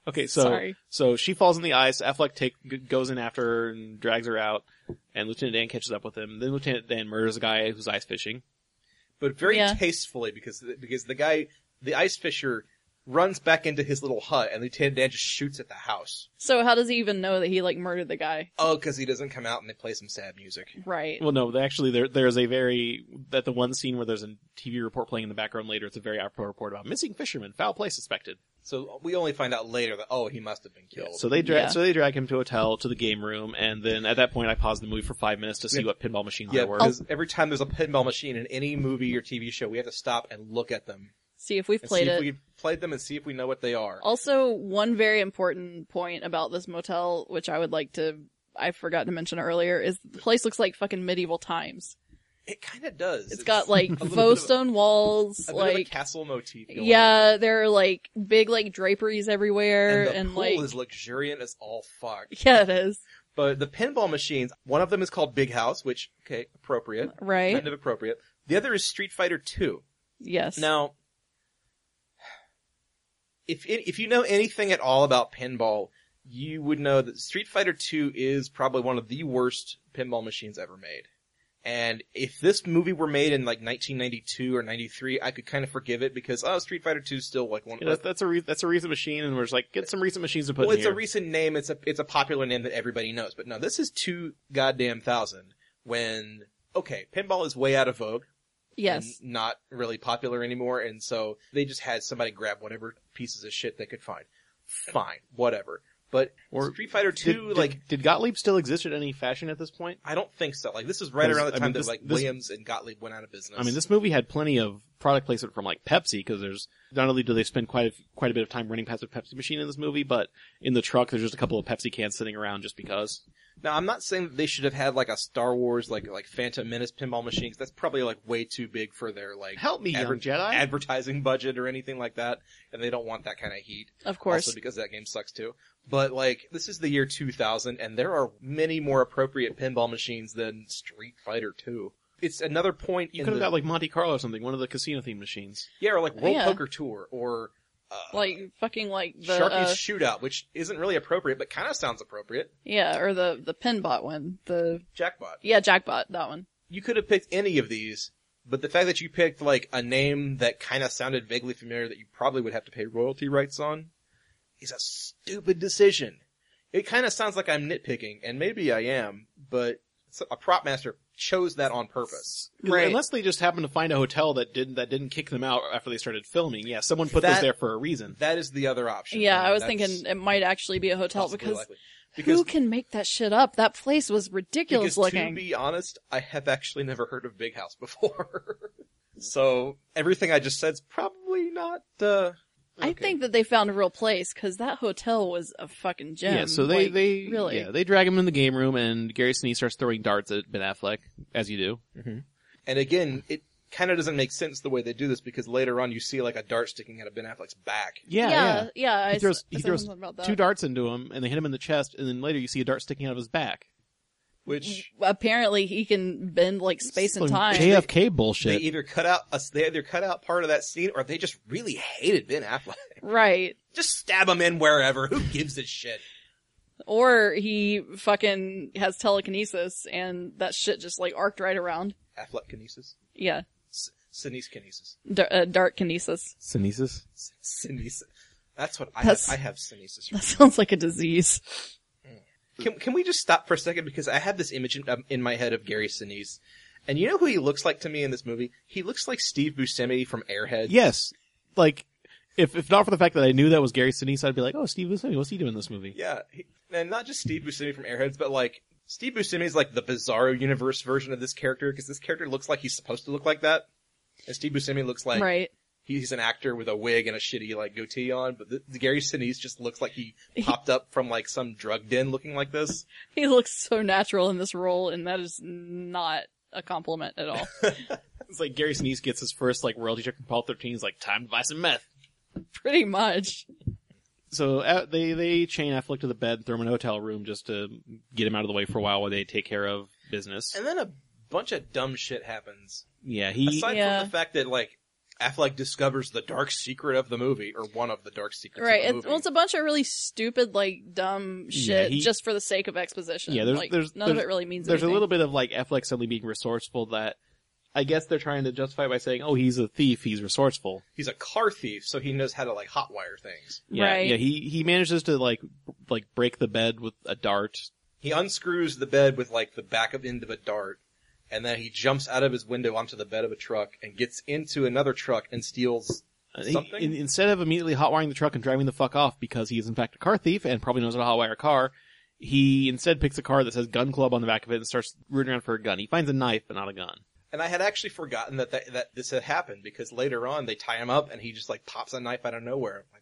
Speaker 4: Okay, so
Speaker 3: Sorry.
Speaker 4: so she falls in the ice. Affleck take g- goes in after her and drags her out, and Lieutenant Dan catches up with him. Then Lieutenant Dan murders a guy who's ice fishing.
Speaker 2: but very
Speaker 3: Yeah.
Speaker 2: tastefully because because the guy, the ice fisher, runs back into his little hut, and Lieutenant Dan just shoots at the house.
Speaker 3: So how does he even know that he like murdered the guy?
Speaker 2: Oh, because he doesn't come out, and they play some sad music.
Speaker 3: Right.
Speaker 4: Well, no, actually, there there's a very that the one scene where there's a TV report playing in the background later. It's a very apropos report about missing fisherman, foul play suspected.
Speaker 2: So we only find out later that oh, he must have been killed.
Speaker 4: So they drag
Speaker 3: Yeah.
Speaker 4: so they drag him to a hotel to the game room, and then at that point, I paused the movie for five minutes to see
Speaker 2: Yeah.
Speaker 4: what pinball machines
Speaker 2: yeah, Oh.
Speaker 4: there were.
Speaker 2: because every time there's a pinball machine in any movie or TV show, we have to stop and look at them
Speaker 3: See if we've
Speaker 2: and
Speaker 3: played
Speaker 2: see
Speaker 3: it.
Speaker 2: if we played them and see if we know what they are.
Speaker 3: Also, one very important point about this motel, which I would like to, I forgot to mention earlier, is the place looks like fucking medieval times.
Speaker 2: It kind of does.
Speaker 3: it's got like
Speaker 2: little bit of
Speaker 3: faux
Speaker 2: a-
Speaker 3: stone walls,
Speaker 2: a bit of a
Speaker 3: like,
Speaker 2: castle motif. going on.
Speaker 3: yeah, there are like big like draperies everywhere
Speaker 2: and, the
Speaker 3: and,
Speaker 2: pool
Speaker 3: like,
Speaker 2: is luxuriant as all fuck.
Speaker 3: yeah, it is.
Speaker 2: But the pinball machines, one of them is called Big House, which okay, appropriate,
Speaker 3: Right?
Speaker 2: kind of appropriate. The other is Street Fighter Two.
Speaker 3: yes.
Speaker 2: Now, if it, if you know anything at all about pinball, you would know that Street Fighter Two is probably one of the worst pinball machines ever made. And if this movie were made in like 1992 or 93, I could kind of forgive it because oh, Street Fighter Two is still like one.
Speaker 4: Yeah, that's, that's a re- that's a recent machine, and we're just like, get some recent machines to put
Speaker 2: well,
Speaker 4: in
Speaker 2: it's a
Speaker 4: here.
Speaker 2: recent name. It's a it's a popular name that everybody knows. But no, this is two goddamn thousand. When okay, pinball is way out of vogue. and
Speaker 3: yes.
Speaker 2: not really popular anymore, and so they just had somebody grab whatever pieces of shit they could find. Fine, whatever. But
Speaker 4: Or
Speaker 2: Street Fighter
Speaker 4: Did-
Speaker 2: Two,
Speaker 4: did-
Speaker 2: like,
Speaker 4: did Gottlieb still exist in any fashion at this point?
Speaker 2: I don't think so. Like, this is right
Speaker 4: 'Cause,
Speaker 2: around the
Speaker 4: I mean,
Speaker 2: time that
Speaker 4: this-
Speaker 2: like
Speaker 4: this-
Speaker 2: Williams and Gottlieb went out of business.
Speaker 4: I mean, this movie had plenty of product placement from like Pepsi because there's not only do they spend quite a, f- quite a bit of time running past a Pepsi machine in this movie, but in the truck there's just a couple of Pepsi cans sitting around just because.
Speaker 2: Now, I'm not saying that they should have had like a Star Wars, like like Phantom Menace pinball machine. 'cause that's probably like way too big for their like
Speaker 4: Help me, young
Speaker 2: adver-
Speaker 4: Jedi.
Speaker 2: advertising budget or anything like that, and they don't want that kind of heat.
Speaker 3: Of course.
Speaker 2: Also because that game sucks too. But like, this is the year 2000 and there are many more appropriate pinball machines than Street Fighter 2. It's another point
Speaker 4: you
Speaker 2: in
Speaker 4: could have
Speaker 2: the-
Speaker 4: got like Monte Carlo or something, one of the casino themed machines.
Speaker 2: yeah, or like World
Speaker 3: Yeah.
Speaker 2: Poker Tour or, uh,
Speaker 3: like fucking like the
Speaker 2: Sharky's
Speaker 3: uh,
Speaker 2: Shootout, which isn't really appropriate, but kind of sounds appropriate.
Speaker 3: yeah, or the the pinbot one, the
Speaker 2: Jackpot.
Speaker 3: yeah Jackbot that one.
Speaker 2: You could have picked any of these, but the fact that you picked like a name that kind of sounded vaguely familiar that you probably would have to pay royalty rights on is a stupid decision. It kind of sounds like I'm nitpicking, and maybe I am, but s- a prop master chose that on purpose.
Speaker 3: Right.
Speaker 4: Unless they just happened to find a hotel that didn't that didn't kick them out after they started filming. Yeah, someone put
Speaker 2: That-
Speaker 4: those there for a reason.
Speaker 2: That is the other option.
Speaker 3: Yeah,
Speaker 2: and
Speaker 3: I was
Speaker 2: that's
Speaker 3: thinking it might actually be a hotel
Speaker 2: possibly
Speaker 3: because,
Speaker 2: likely. because
Speaker 3: who can make that shit up? That place was ridiculous
Speaker 2: because
Speaker 3: looking.
Speaker 2: to be honest, I have actually never heard of Big House before. so everything I just said's probably not. Uh,
Speaker 3: I
Speaker 2: okay.
Speaker 3: think that they found a real place because that hotel was a fucking gem.
Speaker 4: yeah, so they
Speaker 3: Like,
Speaker 4: they
Speaker 3: really
Speaker 4: yeah they drag him in the game room and Gary Sinise starts throwing darts at Ben Affleck as you do.
Speaker 2: And again, it kind of doesn't make sense the way they do this because later on you see like a dart sticking out of Ben Affleck's back.
Speaker 4: Yeah,
Speaker 3: yeah, yeah, I
Speaker 4: He throws
Speaker 3: s- I
Speaker 4: he
Speaker 3: saw
Speaker 4: throws
Speaker 3: something about that.
Speaker 4: two darts into him and they hit him in the chest and then later you see a dart sticking out of his back.
Speaker 2: Which
Speaker 3: Mm-hmm. Apparently, he can bend like space and
Speaker 4: Some
Speaker 3: time.
Speaker 4: JFK
Speaker 2: they
Speaker 4: bullshit.
Speaker 2: either cut out us, they either cut out part of that scene, or they just really hated Ben Affleck.
Speaker 3: right.
Speaker 2: just stab him in wherever. Who gives a shit?
Speaker 3: Or he fucking has telekinesis and that shit just like arced right around.
Speaker 2: Affleck kinesis,
Speaker 3: Yeah.
Speaker 2: S- Sinise kinesis,
Speaker 3: D- uh, dark kinesis.
Speaker 4: Synesis.
Speaker 2: S- Sinise. That's what I
Speaker 3: That's-
Speaker 2: have. I have sinesis.
Speaker 3: That sounds like a disease.
Speaker 2: Can can we just stop for a second because I have this image in, um, in my head of Gary Sinise, and you know who he looks like to me in this movie? He looks like Steve Buscemi from Airhead.
Speaker 4: Yes, like if if not for the fact that I knew that was Gary Sinise, I'd be like, oh, Steve Buscemi, what's he doing in this movie?
Speaker 2: yeah, he, and not just Steve Buscemi from Airheads, but like Steve Buscemi is like the Bizarro universe version of this character because this character looks like he's supposed to look like that, and Steve Buscemi looks like
Speaker 3: right.
Speaker 2: he's an actor with a wig and a shitty like goatee on, but the, the Gary Sinise just looks like he popped up from like some drug den looking like this.
Speaker 3: He looks so natural in this role and that is not a compliment at all.
Speaker 4: It's like Gary Sinise gets his first like royalty check from Paul Thirteen. He's like, time to buy some meth.
Speaker 3: Pretty much.
Speaker 4: So uh, they they chain Affleck to the bed, and throw him in a hotel room just to get him out of the way for a while while they take care of business.
Speaker 2: And then a bunch of dumb shit happens.
Speaker 4: Yeah, he
Speaker 2: Aside
Speaker 3: Yeah.
Speaker 2: from the fact that like Affleck discovers the dark secret of the movie or one of the dark secrets
Speaker 3: right.
Speaker 2: of the
Speaker 3: It's,
Speaker 2: movie.
Speaker 3: well, it's a bunch of really stupid, like, dumb
Speaker 4: Yeah,
Speaker 3: shit
Speaker 4: he-
Speaker 3: just for the sake of exposition.
Speaker 4: Yeah, there's-
Speaker 3: like,
Speaker 4: there's-
Speaker 3: none
Speaker 4: there's-
Speaker 3: of it really means
Speaker 4: there's
Speaker 3: anything.
Speaker 4: a little bit of like Affleck suddenly being resourceful that I guess they're trying to justify by saying, oh, he's a thief, he's resourceful.
Speaker 2: He's a car thief, so he knows how to like hotwire things.
Speaker 4: Yeah,
Speaker 3: Right.
Speaker 4: yeah. He he manages to like b- like break the bed with a dart.
Speaker 2: He unscrews the bed with like the back of end of a dart, and then he jumps out of his window onto the bed of a truck and gets into another truck and steals.
Speaker 4: Uh, he-
Speaker 2: Something?
Speaker 4: in- instead of immediately hotwiring the truck and driving the fuck off because he is in fact a car thief and probably knows how to hotwire a car, he instead picks a car that says gun club on the back of it and starts rooting around for a gun. He finds a knife but not a gun.
Speaker 2: And I had actually forgotten that that, that this had happened because later on they tie him up and he just like pops a knife out of nowhere. I'm like,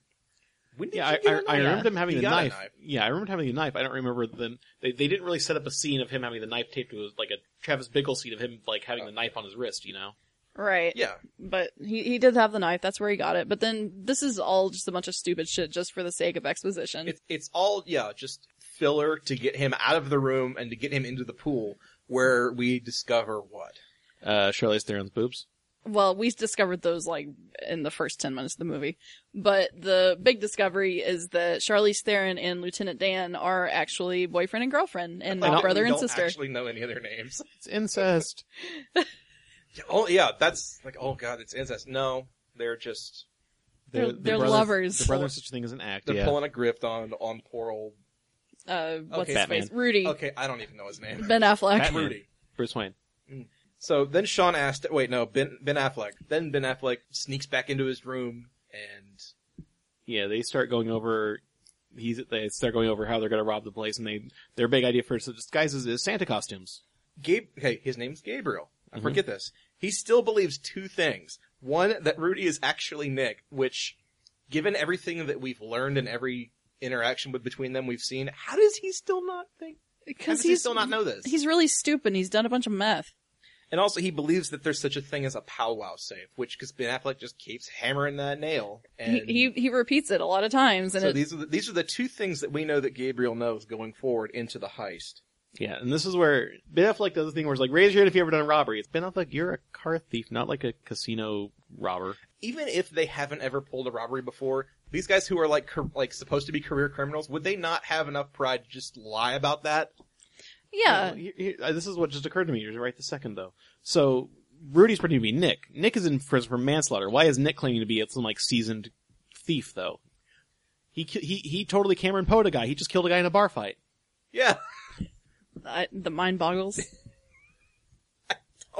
Speaker 2: when did
Speaker 4: Yeah,
Speaker 2: you
Speaker 4: I,
Speaker 2: get a
Speaker 4: I, I
Speaker 2: knife?
Speaker 4: remember them having
Speaker 2: He
Speaker 4: the
Speaker 2: got a
Speaker 4: knife. Yeah, I remember having the knife. I don't remember them. They, they didn't really set up a scene of him having the knife taped to his, like a Travis Bickle scene of him like having the knife on his wrist. You know,
Speaker 3: Right.
Speaker 2: Yeah,
Speaker 3: But he, he did have the knife. That's where he got it. But then this is all just a bunch of stupid shit just for the sake of exposition.
Speaker 2: it's it's all yeah just filler to get him out of the room and to get him into the pool where we discover what
Speaker 4: uh, Charlize Theron's boobs.
Speaker 3: well, we discovered those like in the first 10 minutes of the movie. But the big discovery is that Charlize Theron and Lieutenant Dan are actually boyfriend and girlfriend and
Speaker 2: Like,
Speaker 3: not
Speaker 2: we
Speaker 3: brother and
Speaker 2: don't
Speaker 3: sister.
Speaker 2: Actually, know any other names?
Speaker 4: It's incest.
Speaker 2: Yeah, Oh yeah, that's like oh god, it's incest. No, they're just
Speaker 3: They're-
Speaker 4: The- the
Speaker 3: they're
Speaker 4: brother-
Speaker 3: lovers.
Speaker 4: The brother such a thing as an act.
Speaker 2: they're
Speaker 4: yeah.
Speaker 2: pulling a grift on on poor old.
Speaker 3: Uh, what's
Speaker 2: Okay.
Speaker 3: his
Speaker 4: Batman.
Speaker 3: face? Rudy.
Speaker 2: Okay, I don't even know his name.
Speaker 3: Ben Affleck.
Speaker 4: Batman.
Speaker 2: Rudy.
Speaker 4: Bruce Wayne.
Speaker 2: So then Sean asked, wait, no, Ben, Ben Affleck. Then Ben Affleck sneaks back into his room and
Speaker 4: Yeah, they start going over. He's they start going over how they're going to rob the place, and they their big idea for disguises is Santa costumes.
Speaker 2: Gabe, okay, his name's Gabriel. I
Speaker 4: Mhm.
Speaker 2: forget this. He still believes two things. One, that Rudy is actually Nick, which, given everything that we've learned and every interaction with between them we've seen, how does he still not think, how
Speaker 3: Because
Speaker 2: does he
Speaker 3: he's,
Speaker 2: still not know this?
Speaker 3: he's really stupid and he's done a bunch of meth.
Speaker 2: And also, he believes that there's such a thing as a powwow safe, which, cause Ben Affleck just keeps hammering that nail. And
Speaker 3: He, he, he repeats it a lot of times and
Speaker 2: so
Speaker 3: it,
Speaker 2: these are the, these are the two things that we know that Gabriel knows going forward into the heist.
Speaker 4: Yeah, and this is where Ben Affleck does the thing where it's like, raise your hand if you ever done a robbery. It's Ben Affleck, you're a car thief, not like a casino robber.
Speaker 2: even if they haven't ever pulled a robbery before, these guys who are like car- like supposed to be career criminals, would they not have enough pride to just lie about that?
Speaker 3: yeah.
Speaker 4: Well, here- here- uh, this is what just occurred to me right the second though. So Rudy's pretending to be Nick. Nick is in prison for manslaughter. Why is Nick claiming to be some like seasoned thief though? He ki- he he totally Cameron Poe a guy. He just killed a guy in a bar fight.
Speaker 2: Yeah,
Speaker 3: I, the mind boggles.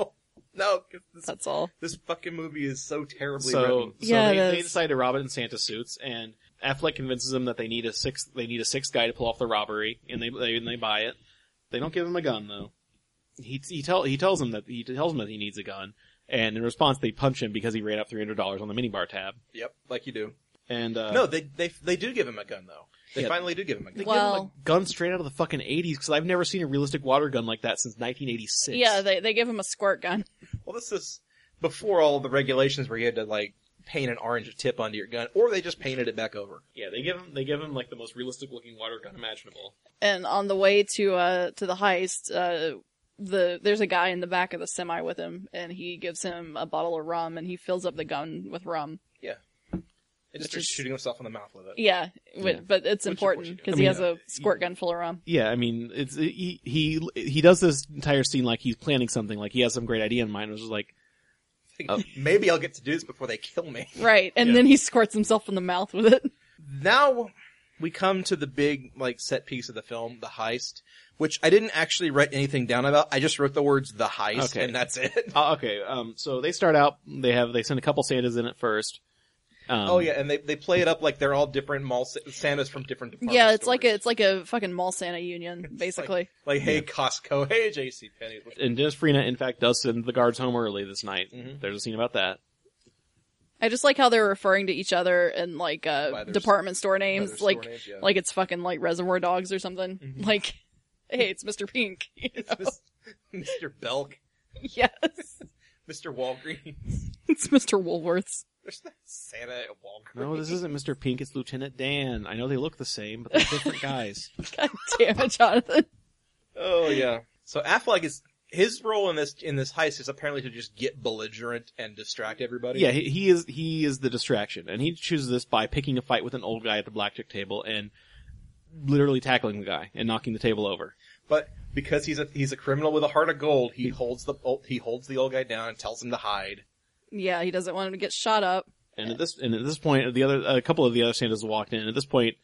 Speaker 2: No, 'cause this,
Speaker 3: That's all.
Speaker 2: this fucking movie is so terribly
Speaker 4: so,
Speaker 2: written.
Speaker 4: so
Speaker 3: Yeah,
Speaker 4: they,
Speaker 3: it
Speaker 4: they
Speaker 3: is.
Speaker 4: decide to rob it in Santa suits, and Affleck convinces them that they need a sixth. They need a sixth guy to pull off the robbery, and they they, and they buy it. They don't give him a gun though. He he tell he tells him that he tells him that he needs a gun, and in response they punch him because he ran up three hundred dollars on the minibar tab.
Speaker 2: Yep, like you do.
Speaker 4: And uh,
Speaker 2: no, they they they do give him a gun though. They
Speaker 4: Yeah.
Speaker 2: finally do give him a
Speaker 4: they
Speaker 2: gun.
Speaker 3: Well-
Speaker 4: give him a gun straight out of the fucking eighties because I've never seen a realistic water gun like that since nineteen eighty six.
Speaker 3: Yeah, they they give him a squirt gun.
Speaker 2: Well, this is before all the regulations where you had to like paint an orange tip onto your gun, or they just painted it back over.
Speaker 4: yeah, they give him they give him like the most realistic looking water gun imaginable.
Speaker 3: And on the way to uh to the heist, uh the there's a guy in the back of the semi with him and he gives him a bottle of rum and he fills up the gun with rum.
Speaker 2: It just
Speaker 3: Which is-
Speaker 2: starts shooting himself in the mouth with it.
Speaker 3: Yeah, wi-
Speaker 4: Yeah.
Speaker 3: but it's
Speaker 2: Which of course you
Speaker 3: important
Speaker 2: do.
Speaker 3: because
Speaker 4: I
Speaker 3: he
Speaker 4: mean,
Speaker 3: has
Speaker 4: uh,
Speaker 3: a squirt gun full of rum.
Speaker 4: Yeah, I mean, it's he he he does this entire scene like he's planning something, like he has some great idea in mind. It was just like, Oh.
Speaker 2: Maybe I'll get to do this before they kill me.
Speaker 3: Right, and
Speaker 4: Yeah.
Speaker 3: then he squirts himself in the mouth with it.
Speaker 2: Now we come to the big like set piece of the film, the heist, which I didn't actually write anything down about. I just wrote the words "the heist"
Speaker 4: Okay.
Speaker 2: and that's it.
Speaker 4: oh, okay, um, so they start out, they have they send a couple Santas in at first. Um,
Speaker 2: oh yeah, and they they play it up like they're all different mall sa- Santas from different department
Speaker 3: yeah, it's like a,
Speaker 2: stores.
Speaker 3: it's like a fucking mall Santa union, basically.
Speaker 2: like hey Costco, hey J.C. Penney.
Speaker 4: And Dennis Farina, in fact, does send the guards home early this night.
Speaker 2: Mhm.
Speaker 4: There's a scene about that.
Speaker 3: I just like how they're referring to each other in like
Speaker 2: By
Speaker 3: uh,
Speaker 2: their-
Speaker 3: department store names, like like it's fucking like Reservoir Dogs or something.
Speaker 2: Mhm.
Speaker 3: Like, hey, it's Mister Pink. you know?
Speaker 2: Mr. Belk,
Speaker 3: yes,
Speaker 2: Mr. Walgreens.
Speaker 3: it's Mister Woolworths.
Speaker 2: There's no Santa at Walgreens.
Speaker 4: No, this isn't Mr. Pink, it's Lieutenant Dan. I know they look the same, but they're different guys.
Speaker 3: God damn it, Jonathan.
Speaker 2: Oh yeah. So Affleck is his role in this in this heist is apparently to just get belligerent and distract everybody.
Speaker 4: Yeah, he, he is he is the distraction, and he chooses this by picking a fight with an old guy at the blackjack table and literally tackling the guy and knocking the table over.
Speaker 2: But because he's a he's a criminal with a heart of gold, he holds the old, he holds the old guy down and tells him to hide.
Speaker 3: Yeah, he doesn't want him to get shot up.
Speaker 4: And at this and at this point, the other a couple of the other Santas walked in. At this point,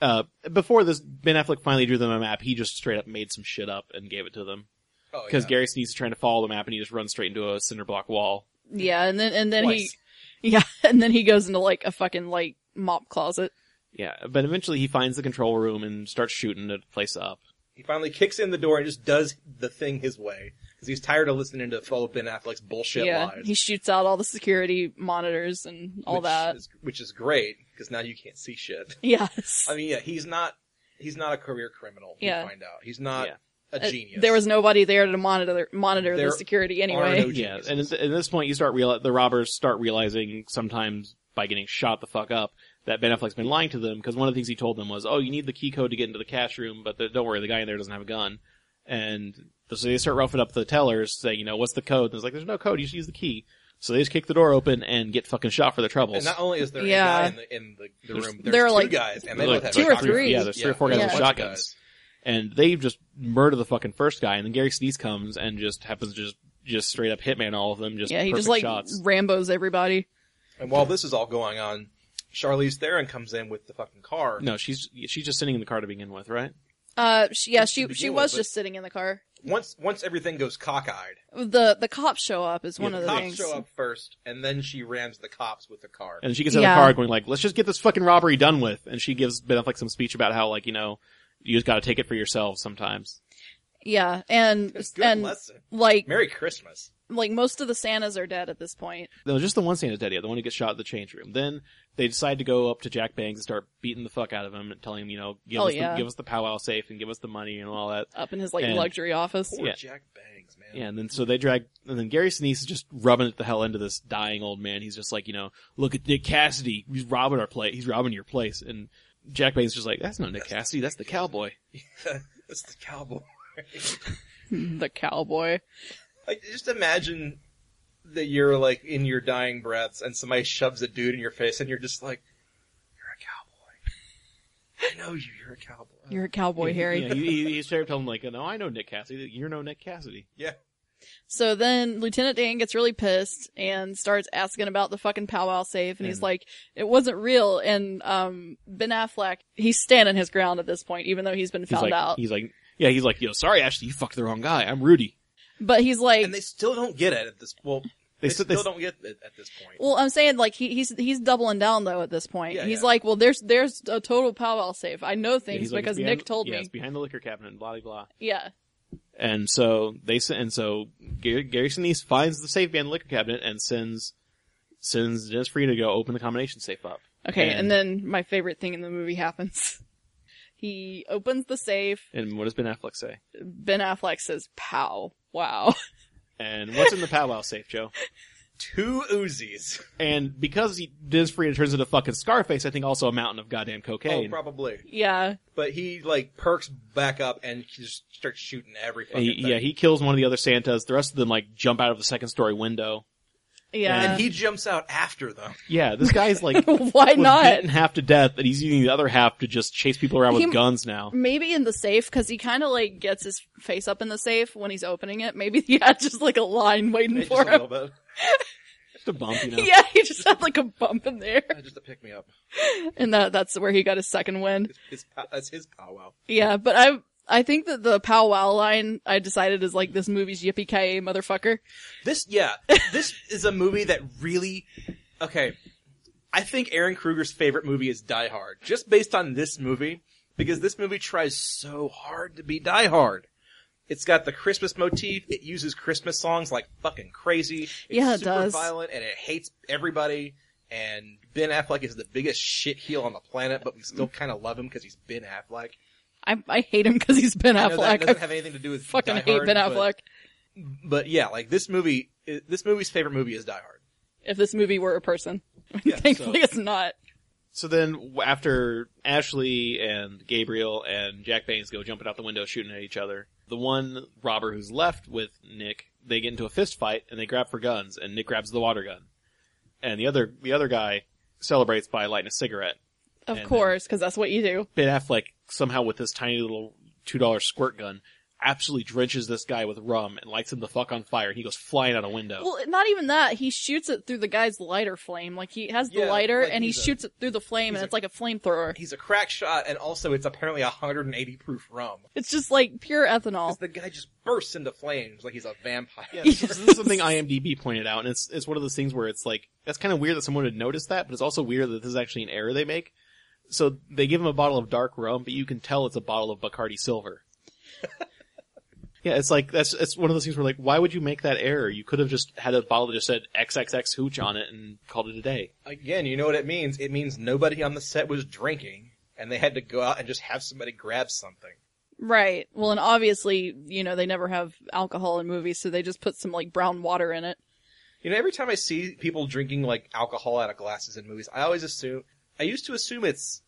Speaker 4: uh, before this, Ben Affleck finally drew them a map. He just straight up made some shit up and gave it to them
Speaker 2: Oh,
Speaker 4: because
Speaker 2: yeah.
Speaker 4: Gary Sinise is trying to follow the map and he just runs straight into a cinder block wall.
Speaker 3: Yeah, and then and then
Speaker 2: Twice.
Speaker 3: he, yeah, and then he goes into like a fucking like mop closet.
Speaker 4: Yeah, but eventually he finds the control room and starts shooting the place up.
Speaker 2: he finally kicks in the door and just does the thing his way because he's tired of listening to fellow Ben Affleck's bullshit
Speaker 3: yeah,
Speaker 2: lies.
Speaker 3: he shoots out all the security monitors and all
Speaker 2: which
Speaker 3: that.
Speaker 2: is- which is great because now you can't see shit.
Speaker 3: yes.
Speaker 2: I mean, yeah, he's not he's not a career criminal.
Speaker 3: Yeah.
Speaker 2: you find out he's not
Speaker 4: Yeah.
Speaker 2: a
Speaker 3: Uh,
Speaker 2: genius.
Speaker 3: There was nobody there to monitor monitor
Speaker 2: There
Speaker 3: the security
Speaker 2: are
Speaker 3: anyway.
Speaker 2: no-
Speaker 4: Yeah,
Speaker 2: Jesus.
Speaker 4: and at, at this point, you start real the robbers start realizing sometimes by getting shot the fuck up that Ben Affleck's been lying to them because one of the things he told them was, "Oh, you need the key code to get into the cash room, but the, don't worry, the guy in there doesn't have a gun." And so they start roughing up the tellers, saying, "You know, what's the code?" And it's like, "There's no code. You should use the key." So they just kick the door open and get fucking shot for their troubles.
Speaker 2: and not only is there
Speaker 3: Yeah.
Speaker 2: a guy in the in the, the
Speaker 4: There's-
Speaker 2: room,
Speaker 3: there
Speaker 2: there's
Speaker 3: are
Speaker 2: two
Speaker 3: like-
Speaker 2: guys, and they
Speaker 4: There's
Speaker 2: both
Speaker 4: like
Speaker 2: have
Speaker 3: two or
Speaker 2: shotguns.
Speaker 3: three.
Speaker 4: Yeah, there's three or four
Speaker 3: guys with
Speaker 2: there's a bunch of
Speaker 4: shotguns.
Speaker 2: guys.
Speaker 4: and they just murder the fucking first guy. And then Gary Sinise comes and just happens to just just straight up hitman all of them. Just
Speaker 3: yeah, he just
Speaker 4: perfect
Speaker 3: like
Speaker 4: shots.
Speaker 3: Rambo's everybody.
Speaker 2: And while this is all going on, Charlize Theron comes in with the fucking car.
Speaker 4: No, she's she's just sitting in the car to begin with, right?
Speaker 3: Uh, she, yeah,
Speaker 2: Just to
Speaker 3: she
Speaker 2: begin
Speaker 3: she
Speaker 2: with,
Speaker 3: was
Speaker 2: but-
Speaker 3: just sitting in the car.
Speaker 2: Once once everything goes cockeyed,
Speaker 3: The the cops show up is one
Speaker 4: Yeah,
Speaker 3: of
Speaker 2: the
Speaker 3: Oh, the
Speaker 2: cops
Speaker 3: things.
Speaker 2: show up first, and then she rams the cops with the car.
Speaker 4: And she gets out of
Speaker 3: Yeah.
Speaker 4: the car going like, let's just get this fucking robbery done with. And she gives Ben Affleck some speech about how like, you know, you just gotta take it for yourself sometimes.
Speaker 3: Yeah, and
Speaker 2: Good
Speaker 3: and
Speaker 2: lesson.
Speaker 3: like
Speaker 2: Merry Christmas.
Speaker 3: like most of the Santas are dead at this point.
Speaker 4: No, just the one Santa Daddy, the one who gets shot at the change room. Then they decide to go up to Jack Bangs and start beating the fuck out of him and telling him, you know, give,
Speaker 3: Oh,
Speaker 4: us,
Speaker 3: yeah.
Speaker 4: the, give us the powwow safe and give us the money and all that.
Speaker 3: Up in his like
Speaker 4: And-
Speaker 3: luxury office.
Speaker 2: Poor
Speaker 4: Yeah.
Speaker 2: Jack Bangs, man.
Speaker 4: Yeah, and then so they drag, and then Gary Sinise is just rubbing it the hell into this dying old man. He's just like, you know, look at Nick Cassidy. He's robbing our place. He's robbing your place. And Jack Bangs is just like, that's not Nick Cassidy. That's the cowboy.
Speaker 2: That's the cowboy.
Speaker 3: the cowboy.
Speaker 2: like, just imagine that you're like in your dying breaths, and somebody shoves a dude in your face, and you're just like, "You're a cowboy. I know you. You're a cowboy."
Speaker 3: You're a cowboy, Harry.
Speaker 4: Yeah, he, he, he's trying to tell him like, no, I know Nick Cassidy. You're no Nick Cassidy.
Speaker 2: yeah.
Speaker 3: So then Lieutenant Dan gets really pissed and starts asking about the fucking powwow safe and he's
Speaker 4: Mhm.
Speaker 3: like, it wasn't real. And, um, Ben Affleck, he's standing his ground at this point, even though he's been
Speaker 4: He's
Speaker 3: found
Speaker 4: like,
Speaker 3: out.
Speaker 4: he's like, yeah, he's like, yo, sorry, Ashley, you fucked the wrong guy. I'm Rudy.
Speaker 3: But he's like,
Speaker 2: and they still don't get it at this. Well, they,
Speaker 4: They
Speaker 2: still
Speaker 4: said they-
Speaker 2: don't get it at this point.
Speaker 3: well, I'm saying like he, he's he's doubling down though at this point.
Speaker 2: Yeah,
Speaker 3: he's
Speaker 2: yeah.
Speaker 3: like, well, there's there's a total powwow safe. I know
Speaker 4: Yeah,
Speaker 3: things
Speaker 4: he's like,
Speaker 3: because
Speaker 4: it's behind-
Speaker 3: Nick told
Speaker 4: yeah,
Speaker 3: me.
Speaker 4: it's behind the liquor cabinet and blah blah blah.
Speaker 3: Yeah,
Speaker 4: And so they sen- and so Gary, Gary Sinise finds the safe behind the liquor cabinet and sends sends Dennis Free to go open the combination safe up.
Speaker 3: Okay, and,
Speaker 4: And-
Speaker 3: then my favorite thing in the movie happens. He opens the safe.
Speaker 4: And what does Ben Affleck say?
Speaker 3: Ben Affleck says, "Pow, wow."
Speaker 4: And what's in the powwow safe, Joe?
Speaker 2: Two Uzis.
Speaker 4: And because he Dennis Free turns into fucking Scarface, I think also a mountain of goddamn cocaine.
Speaker 2: Oh, probably.
Speaker 3: yeah,
Speaker 2: But he like perks back up and he just starts shooting every
Speaker 4: And
Speaker 2: fucking
Speaker 4: he-
Speaker 2: thing.
Speaker 4: yeah, he kills one of the other Santas. The rest of them like jump out of the second story window.
Speaker 3: yeah.
Speaker 2: and he jumps out after them.
Speaker 4: Yeah, this guy's like
Speaker 3: Why
Speaker 4: was
Speaker 3: not?
Speaker 4: beaten half to death, and he's using the other half to just chase people around with
Speaker 3: He-
Speaker 4: guns now.
Speaker 3: Maybe in the safe because he kind of like gets his face up in the safe when he's opening it. Maybe he had just like a line waiting
Speaker 2: Just
Speaker 3: for
Speaker 2: a little
Speaker 3: him.
Speaker 2: bit.
Speaker 4: Just a bump, you know.
Speaker 3: Yeah, he just had like a bump in there,
Speaker 2: Uh, Just to pick me up.
Speaker 3: and that that's where he got his second win.
Speaker 2: It's his, pow- that's his powwow.
Speaker 3: Yeah, but I I think that the powwow line I decided is like this movie's yippee ki yay motherfucker.
Speaker 2: This, yeah, this is a movie that really, okay, I think Aaron Kruger's favorite movie is Die Hard, just based on this movie, because this movie tries so hard to be Die Hard. It's got the Christmas motif. It uses Christmas songs like fucking crazy. It's
Speaker 3: Yeah, it
Speaker 2: super
Speaker 3: does.
Speaker 2: violent and it hates everybody. And Ben Affleck is the biggest shitheel on the planet, but we still kind of love him because he's Ben Affleck.
Speaker 3: I I hate him because he's Ben
Speaker 2: I know that
Speaker 3: Affleck. I
Speaker 2: doesn't have anything to do with
Speaker 3: fucking
Speaker 2: Die
Speaker 3: hate
Speaker 2: Hard,
Speaker 3: Ben
Speaker 2: but-
Speaker 3: Affleck.
Speaker 2: but yeah, like this movie, this movie's favorite movie is Die Hard.
Speaker 3: if this movie were a person.
Speaker 2: Yeah,
Speaker 3: Thankfully, it's not.
Speaker 4: So then, w- after Ashley and Gabriel and Jack Baines go jumping out the window shooting at each other, the one robber who's left with Nick, they get into a fist fight and they grab for guns, and Nick grabs the water gun, and the other the other guy celebrates by lighting a cigarette.
Speaker 3: Of
Speaker 4: And, uh,
Speaker 3: course, because that's what you do.
Speaker 4: Ben Affleck somehow with this tiny little two dollar squirt gun absolutely drenches this guy with rum and lights him the fuck on fire, and he goes flying out a window.
Speaker 3: Well, not even that. He shoots it through the guy's lighter flame. Like he has the
Speaker 2: Yeah,
Speaker 3: lighter
Speaker 2: like,
Speaker 3: and he
Speaker 2: he's a-
Speaker 3: shoots it through the flame,
Speaker 2: he's
Speaker 3: and
Speaker 2: a-
Speaker 3: it's like a flamethrower.
Speaker 2: He's a crack shot, and also it's apparently 180 proof rum.
Speaker 3: It's just like pure ethanol.
Speaker 2: 'Cause the guy just bursts into flames like he's a vampire.
Speaker 4: Yeah, this, this is something IMDb pointed out, and it's it's one of those things where it's like that's kind of weird that someone would notice that, but it's also weird that this is actually an error they make. So they give him a bottle of dark rum, but you can tell it's a bottle of Bacardi Silver. yeah, it's like that's it's one of those things where like why would you make that error? You could have just had a bottle that just said XXX hooch on it and called it a day.
Speaker 2: Again, you know what it means? It means nobody on the set was drinking, and they had to go out and just have somebody grab something.
Speaker 3: right. Well, and obviously, you know, they never have alcohol in movies, so they just put some like brown water in it.
Speaker 2: You know, every time I see people drinking like alcohol out of glasses in movies, I always assume I used to assume it's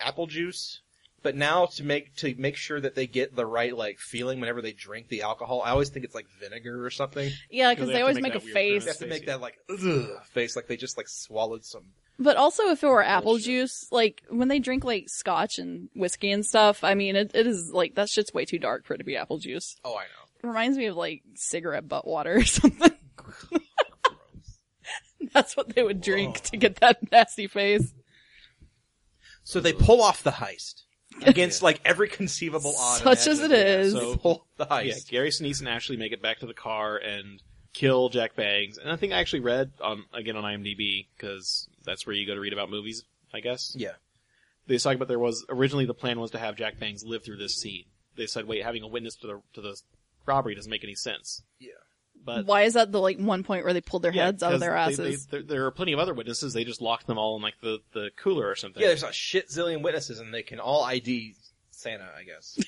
Speaker 2: apple juice, but now to make to make sure that they get the right like feeling whenever they drink the alcohol, I always think it's like vinegar or something.
Speaker 3: Yeah, because
Speaker 4: Because they
Speaker 3: they,
Speaker 4: have to
Speaker 3: always
Speaker 4: make
Speaker 3: make,
Speaker 4: that
Speaker 3: a
Speaker 4: weird
Speaker 2: They
Speaker 3: face.
Speaker 2: have to make that like Ugh, face, like they just like swallowed some.
Speaker 3: But also, if it were apple
Speaker 2: Bullshit.
Speaker 3: juice, like when they drink like scotch and whiskey and stuff, I mean, it, it is like that shit's way too dark for it to be apple juice.
Speaker 2: Oh, I know.
Speaker 3: reminds me of like cigarette butt water or something.
Speaker 2: Gross.
Speaker 3: That's what they would drink to get that nasty face.
Speaker 2: So they pull off the heist against like every conceivable odd.
Speaker 3: Such as it
Speaker 2: imaginable.
Speaker 3: is.
Speaker 2: So pull off the heist.
Speaker 4: Yeah, Gary Sinise and Ashley make it back to the car and kill Jack Bangs. And I think I actually read on again on IMDb because that's where you go to read about movies, I guess.
Speaker 2: Yeah.
Speaker 4: They was talking about there was originally the plan was to have Jack Bangs live through this scene. They said, wait, having a witness to the to the robbery doesn't make any sense.
Speaker 2: Yeah.
Speaker 4: But
Speaker 3: Why is that the like one point where they pulled their
Speaker 4: yeah,
Speaker 3: heads out of
Speaker 4: 'cause
Speaker 3: their
Speaker 4: they- they-
Speaker 3: asses?
Speaker 4: there, there are plenty of other witnesses. They just locked them all in like the the cooler or something.
Speaker 2: Yeah, there's a shit zillion witnesses, and they can all ID Santa, I guess.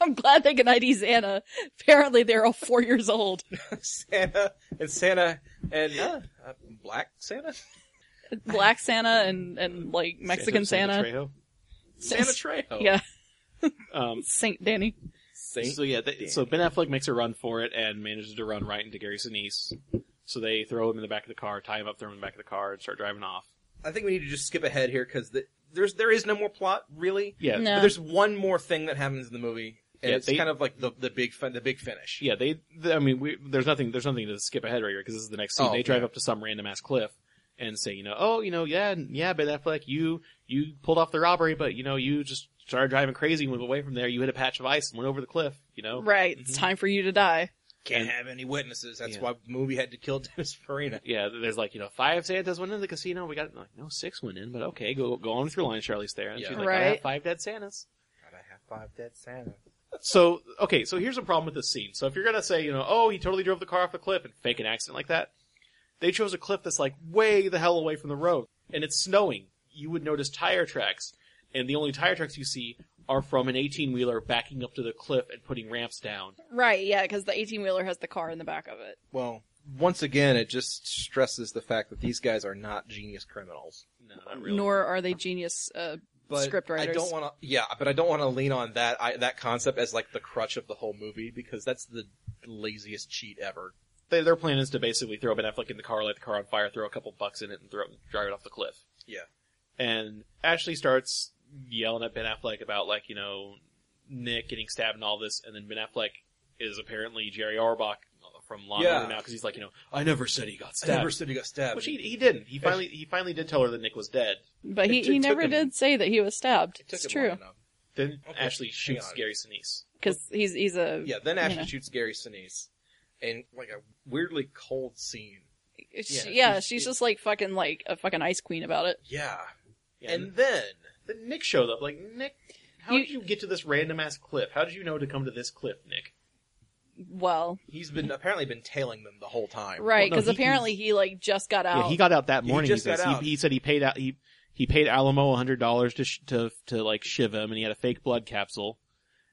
Speaker 3: I'm glad they can ID Xana. Apparently they're all four years old.
Speaker 2: Santa and Santa and uh, uh, black Santa,
Speaker 3: Black Santa and, and like Mexican Santa.
Speaker 4: Trejo.
Speaker 2: Santa Trejo.
Speaker 3: Yeah.
Speaker 4: Um,
Speaker 3: Saint Danny.
Speaker 2: Saint.
Speaker 4: So yeah, they, so Ben Affleck makes a run for it and manages to run right into Gary Sinise. So they throw him in the back of the car, tie him up, throw him in the back of the car, and start driving off.
Speaker 2: I think we need to just skip ahead here because the, there's there is no more plot really.
Speaker 4: Yeah,
Speaker 3: No.
Speaker 2: But there's one more thing that happens in the movie, and
Speaker 4: Yeah,
Speaker 2: it's
Speaker 4: they-
Speaker 2: kind of like the the big fin- the big finish.
Speaker 4: yeah. They, they- I mean, we, there's nothing, there's nothing to skip ahead right here because this is the next scene.
Speaker 2: Oh,
Speaker 4: they drive
Speaker 2: yeah.
Speaker 4: up to some random ass cliff and say, you know, oh, you know, yeah, yeah, Ben Affleck, you you pulled off the robbery, but you know, you just started driving crazy, went away from there, you hit a patch of ice, and went over the cliff. you
Speaker 2: Oh,
Speaker 4: know?
Speaker 3: Right. It's
Speaker 2: mm-hmm.
Speaker 3: time for you to die.
Speaker 2: Can't have any witnesses. That's
Speaker 4: Yeah.
Speaker 2: why the movie had to kill Dennis Farina.
Speaker 4: Yeah, there's like, you know, five Santas went in the casino. We got, like, no, six went in, but okay, go go on with your line, Charlie's there. And
Speaker 2: Yeah.
Speaker 4: she's like, I
Speaker 3: Right.
Speaker 4: have five dead Santas.
Speaker 2: God, I have five dead Santa.
Speaker 4: So, okay, so here's a problem with this scene. So if you're gonna say, you know, oh, he totally drove the car off a cliff and fake an accident like that, they chose a cliff that's like way the hell away from the road. And it's snowing. You would notice tire tracks. And the only tire tracks you see are from an 18 wheeler backing up to the cliff and putting ramps down.
Speaker 3: Right. Yeah. Because the eighteen wheeler has the car in the back of it.
Speaker 2: Well, once again, it just stresses the fact that these guys are not genius criminals.
Speaker 4: No, not really.
Speaker 3: Nor are they genius. Uh,
Speaker 2: But
Speaker 3: Scriptwriters.
Speaker 2: I don't want to. Yeah, but I don't want to lean on that I, that concept as like the crutch of the whole movie because that's the laziest cheat ever.
Speaker 4: They, their plan is to basically throw Ben Affleck in the car, light the car on fire, throw a couple bucks in it, and throw drive it off the cliff.
Speaker 2: Yeah.
Speaker 4: And Ashley starts yelling at Ben Affleck about like you know Nick getting stabbed and all this, and then Ben Affleck is apparently Jerry Orbach from Law and
Speaker 2: Yeah.
Speaker 4: Order now because he's like you know I never said he got
Speaker 2: I
Speaker 4: stabbed.
Speaker 2: never said he got stabbed.
Speaker 4: Which he, he didn't. He finally he finally did tell her that Nick was dead.
Speaker 3: but he,
Speaker 2: It- it
Speaker 3: he
Speaker 2: took
Speaker 3: never
Speaker 2: him-
Speaker 3: did say that he was stabbed.
Speaker 2: It took
Speaker 3: It's
Speaker 2: him
Speaker 3: true
Speaker 2: long enough.
Speaker 4: Then
Speaker 2: Okay,
Speaker 4: Ashley
Speaker 2: hang
Speaker 4: shoots
Speaker 2: on.
Speaker 4: Gary Sinise.
Speaker 3: because he's he's a
Speaker 2: Yeah, then Ashley
Speaker 3: Yeah.
Speaker 2: shoots Gary Sinise, and like a weirdly cold scene.
Speaker 3: She-
Speaker 2: Yeah,
Speaker 3: yeah,
Speaker 2: she's-
Speaker 3: she's, just like fucking like a fucking ice queen about it.
Speaker 2: Yeah,
Speaker 4: Yeah,
Speaker 2: and then
Speaker 4: then Nick showed up. Like Nick, how
Speaker 3: You-
Speaker 4: did you get to this random ass cliff? How did you know to come to this cliff, Nick?
Speaker 3: Well,
Speaker 2: he's been apparently been tailing them the whole time.
Speaker 3: right,
Speaker 4: no,
Speaker 3: because
Speaker 4: he-
Speaker 3: apparently he like just got out.
Speaker 4: Yeah, he got out that
Speaker 2: He
Speaker 4: morning. He,
Speaker 2: just
Speaker 4: says.
Speaker 2: got
Speaker 4: He-
Speaker 2: out.
Speaker 4: He, said he paid out. He he paid Alamo hundred dollars to sh- to to like shiv him, and he had a fake blood capsule,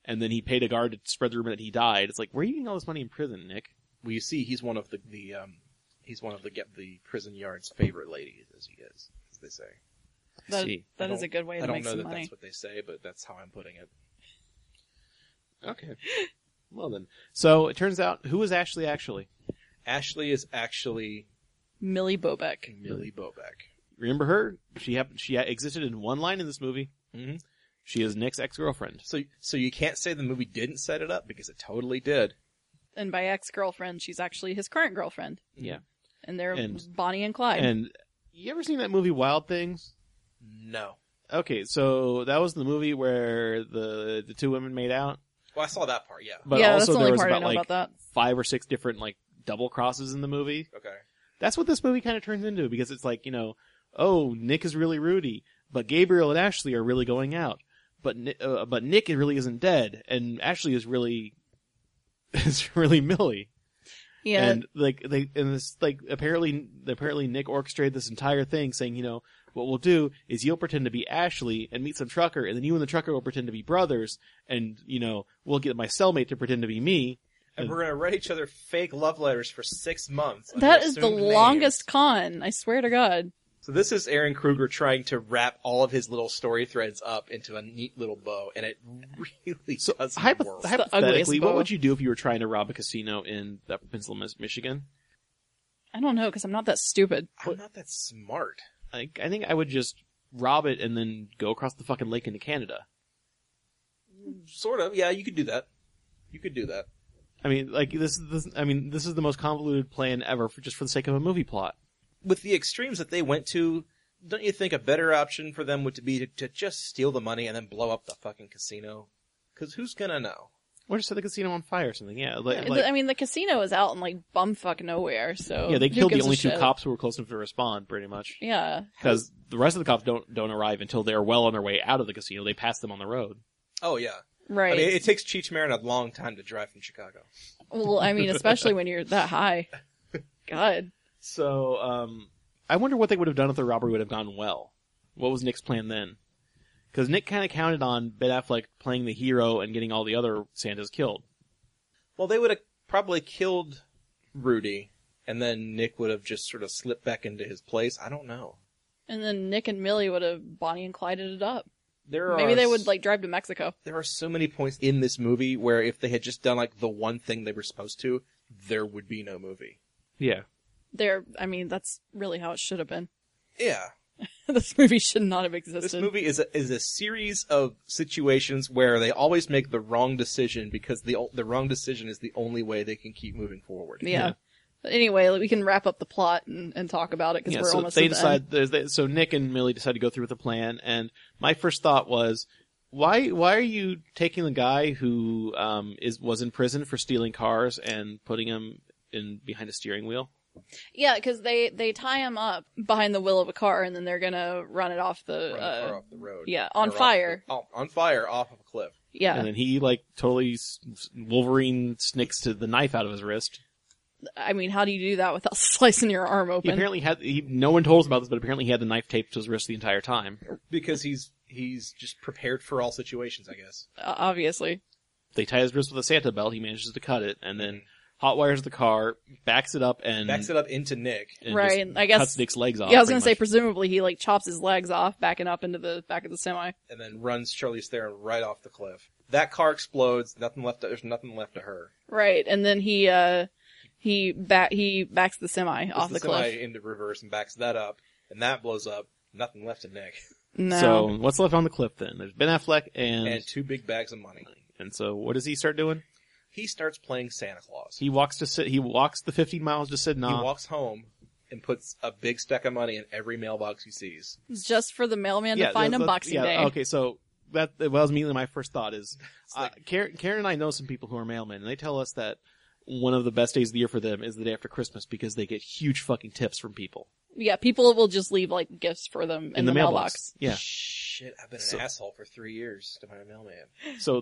Speaker 4: and then he paid a guard to spread the rumor that he died. It's like where are you getting all this money in prison, Nick?
Speaker 2: Well, you see, he's one of the the um, he's one of the get the prison yard's favorite ladies, as he is, as they say.
Speaker 3: That-
Speaker 4: see.
Speaker 2: I
Speaker 3: that is
Speaker 2: don't-
Speaker 3: a good way
Speaker 2: I
Speaker 3: to
Speaker 2: don't
Speaker 3: make
Speaker 2: know
Speaker 3: some
Speaker 2: that
Speaker 3: money.
Speaker 2: that's what they say, but that's how I'm putting it.
Speaker 4: Okay. well then, so it turns out who was Ashley actually?
Speaker 2: Ashley is actually
Speaker 3: Millie Bobek.
Speaker 2: Millie Bobek.
Speaker 4: Remember her? She happened. She existed in one line in this movie.
Speaker 2: Mhm.
Speaker 4: She is Nick's ex girlfriend.
Speaker 2: So, so you can't say the movie didn't set it up because it totally did.
Speaker 3: And by ex girlfriend, she's actually his current girlfriend.
Speaker 4: Yeah.
Speaker 3: And they're
Speaker 4: And-
Speaker 3: Bonnie and Clyde.
Speaker 4: And you ever seen that movie Wild Things?
Speaker 2: No.
Speaker 4: Okay, so that was the movie where the the two women made out.
Speaker 2: Well, I saw that part. Yeah.
Speaker 4: But
Speaker 3: yeah, that's
Speaker 4: also
Speaker 3: the
Speaker 4: there
Speaker 3: only
Speaker 4: was
Speaker 3: part
Speaker 4: about
Speaker 3: I know
Speaker 4: like
Speaker 3: about that.
Speaker 4: five or six different like double crosses in the movie.
Speaker 2: Okay.
Speaker 4: That's what this movie kind of turns into because it's like, you know, oh, Nick is really Rudy, but Gabriel and Ashley are really going out. But Ni- uh, but Nick really isn't dead and Ashley is really is really Millie.
Speaker 3: Yeah,
Speaker 4: And like they and this like apparently apparently Nick orchestrated this entire thing saying, you know, what we'll do is you'll pretend to be Ashley and meet some trucker and then you and the trucker will pretend to be brothers and you know, we'll get my cellmate to pretend to be me.
Speaker 2: And we're gonna write each other fake love letters for six months. under
Speaker 3: that is the
Speaker 2: assumed names.
Speaker 3: longest con. I swear to God.
Speaker 2: So this is Aaron Kruger trying to wrap all of his little story threads up into a neat little bow, and it really
Speaker 4: So
Speaker 2: doesn't
Speaker 4: hypo-
Speaker 2: work.
Speaker 3: the
Speaker 4: hypothetically,
Speaker 3: ugliest
Speaker 4: what
Speaker 3: bow.
Speaker 4: would you do if you were trying to rob a casino in uh, Pennsylvania, Michigan?
Speaker 3: I don't know because I'm not that stupid.
Speaker 2: I'm not that smart.
Speaker 4: I, I think I would just rob it and then go across the fucking lake into Canada.
Speaker 2: Sort of. Yeah, you could do that. You could do that.
Speaker 4: I mean, like this is this, I mean, this is the most convoluted plan ever, for, just for the sake of a movie plot.
Speaker 2: With the extremes that they went to, don't you think a better option for them would be to, to just steal the money and then blow up the fucking casino? Because who's gonna know?
Speaker 4: Or just set the casino on fire or something. Yeah, like,
Speaker 3: The-
Speaker 4: like-
Speaker 3: I mean, the casino is out in like bumfuck nowhere. So
Speaker 4: yeah, they
Speaker 3: who
Speaker 4: killed the
Speaker 3: gives a
Speaker 4: only two
Speaker 3: shit?
Speaker 4: cops who were close enough to respond, pretty much.
Speaker 3: Yeah,
Speaker 4: Because the rest of the cops don't don't arrive until they're well on their way out of the casino. They pass them on the road.
Speaker 2: Oh yeah.
Speaker 3: right.
Speaker 2: I mean, it takes Cheech Marin a long time to drive from Chicago.
Speaker 3: well, I mean, especially when you're that high. God.
Speaker 4: So, um, I wonder what they would have done if the robbery would have gone well. What was Nick's plan then? Because Nick kind of counted on Ben Affleck playing the hero and getting all the other Santas killed.
Speaker 2: Well, they would have probably killed Rudy, and then Nick would have just sort of slipped back into his place. I don't know.
Speaker 3: And then Nick and Millie would have Bonnie and Clyded it up.
Speaker 2: There are
Speaker 3: Maybe they
Speaker 2: s-
Speaker 3: would like drive to Mexico.
Speaker 2: There are so many points in this movie where if they had just done like the one thing they were supposed to, there would be no movie.
Speaker 4: Yeah.
Speaker 3: There, I mean, that's really how it should have been.
Speaker 2: Yeah,
Speaker 3: this movie should not have
Speaker 2: this
Speaker 3: existed.
Speaker 2: movie is a, is a series of situations where they always make the wrong decision because the o- the wrong decision is the only way they can keep moving forward.
Speaker 3: yeah.
Speaker 4: Yeah.
Speaker 3: But anyway, like, we can wrap up the plot and, and talk about it because
Speaker 4: Yeah,
Speaker 3: we're
Speaker 4: so
Speaker 3: almost
Speaker 4: they
Speaker 3: at the end.
Speaker 4: decide, there's- they, so Nick and Millie decide to go through with the plan, and my first thought was, why why are you taking the guy who um is was in prison for stealing cars and putting him in behind a steering wheel?
Speaker 3: Yeah, because they they tie him up behind the wheel of a car, and then they're gonna run it off the.
Speaker 2: Run the
Speaker 3: uh,
Speaker 2: car off the road.
Speaker 3: yeah, on
Speaker 2: Or off
Speaker 3: fire.
Speaker 2: the- oh, on fire off of a cliff.
Speaker 3: yeah,
Speaker 4: And then he like totally s- s- Wolverine snicks to the knife out of his wrist.
Speaker 3: I mean, how do you do that without slicing your arm
Speaker 4: He
Speaker 3: open?
Speaker 4: apparently had he, no one told us about this, but apparently he had the knife taped to his wrist the entire time.
Speaker 2: Because he's he's just prepared for all situations, I guess.
Speaker 3: Uh, obviously,
Speaker 4: They tie his wrist with a Santa belt. He manages to cut it, and then hot wires the car, backs it up, and
Speaker 2: Backs it up into Nick.
Speaker 4: and
Speaker 3: Right,
Speaker 4: just
Speaker 3: and I guess-
Speaker 4: cuts Nick's legs off.
Speaker 3: yeah. I was gonna
Speaker 4: Oh, pretty
Speaker 3: say,
Speaker 4: much.
Speaker 3: presumably he like chops his legs off, backing up into the back of the semi.
Speaker 2: and then runs Charlize Theron right off the cliff. That car explodes. Nothing left. There's nothing left of her.
Speaker 3: Right, and then he uh he back he backs the semi
Speaker 2: Puts
Speaker 3: off the, cliff.
Speaker 2: semi into reverse and backs that up, and that blows up. Nothing left of Nick
Speaker 3: No,
Speaker 4: So what's left on the cliff then? There's Ben Affleck and
Speaker 2: and
Speaker 4: and,
Speaker 2: two big bags of money.
Speaker 4: so what does he start doing?
Speaker 2: He starts playing Santa Claus. He,
Speaker 4: He walks to Sy- he walks the 50 miles to Sidna.
Speaker 2: walks home and puts a big stack of money in every mailbox he sees.
Speaker 3: It's just for the mailman to find him
Speaker 4: that's- that's-
Speaker 3: Boxing
Speaker 4: yeah,
Speaker 3: Day.
Speaker 4: Okay, so that that was immediately my first thought is uh,
Speaker 2: like-
Speaker 4: Karen, Karen and I know some people who are mailmen, and they tell us that one of the best days of the year for them is the day after Christmas because they get huge fucking tips from people
Speaker 3: Yeah, people will just leave like gifts for them in, the, mailbox.
Speaker 4: Yeah.
Speaker 2: Shit, I've been an
Speaker 4: So-
Speaker 2: asshole for three years to my mailman.
Speaker 4: So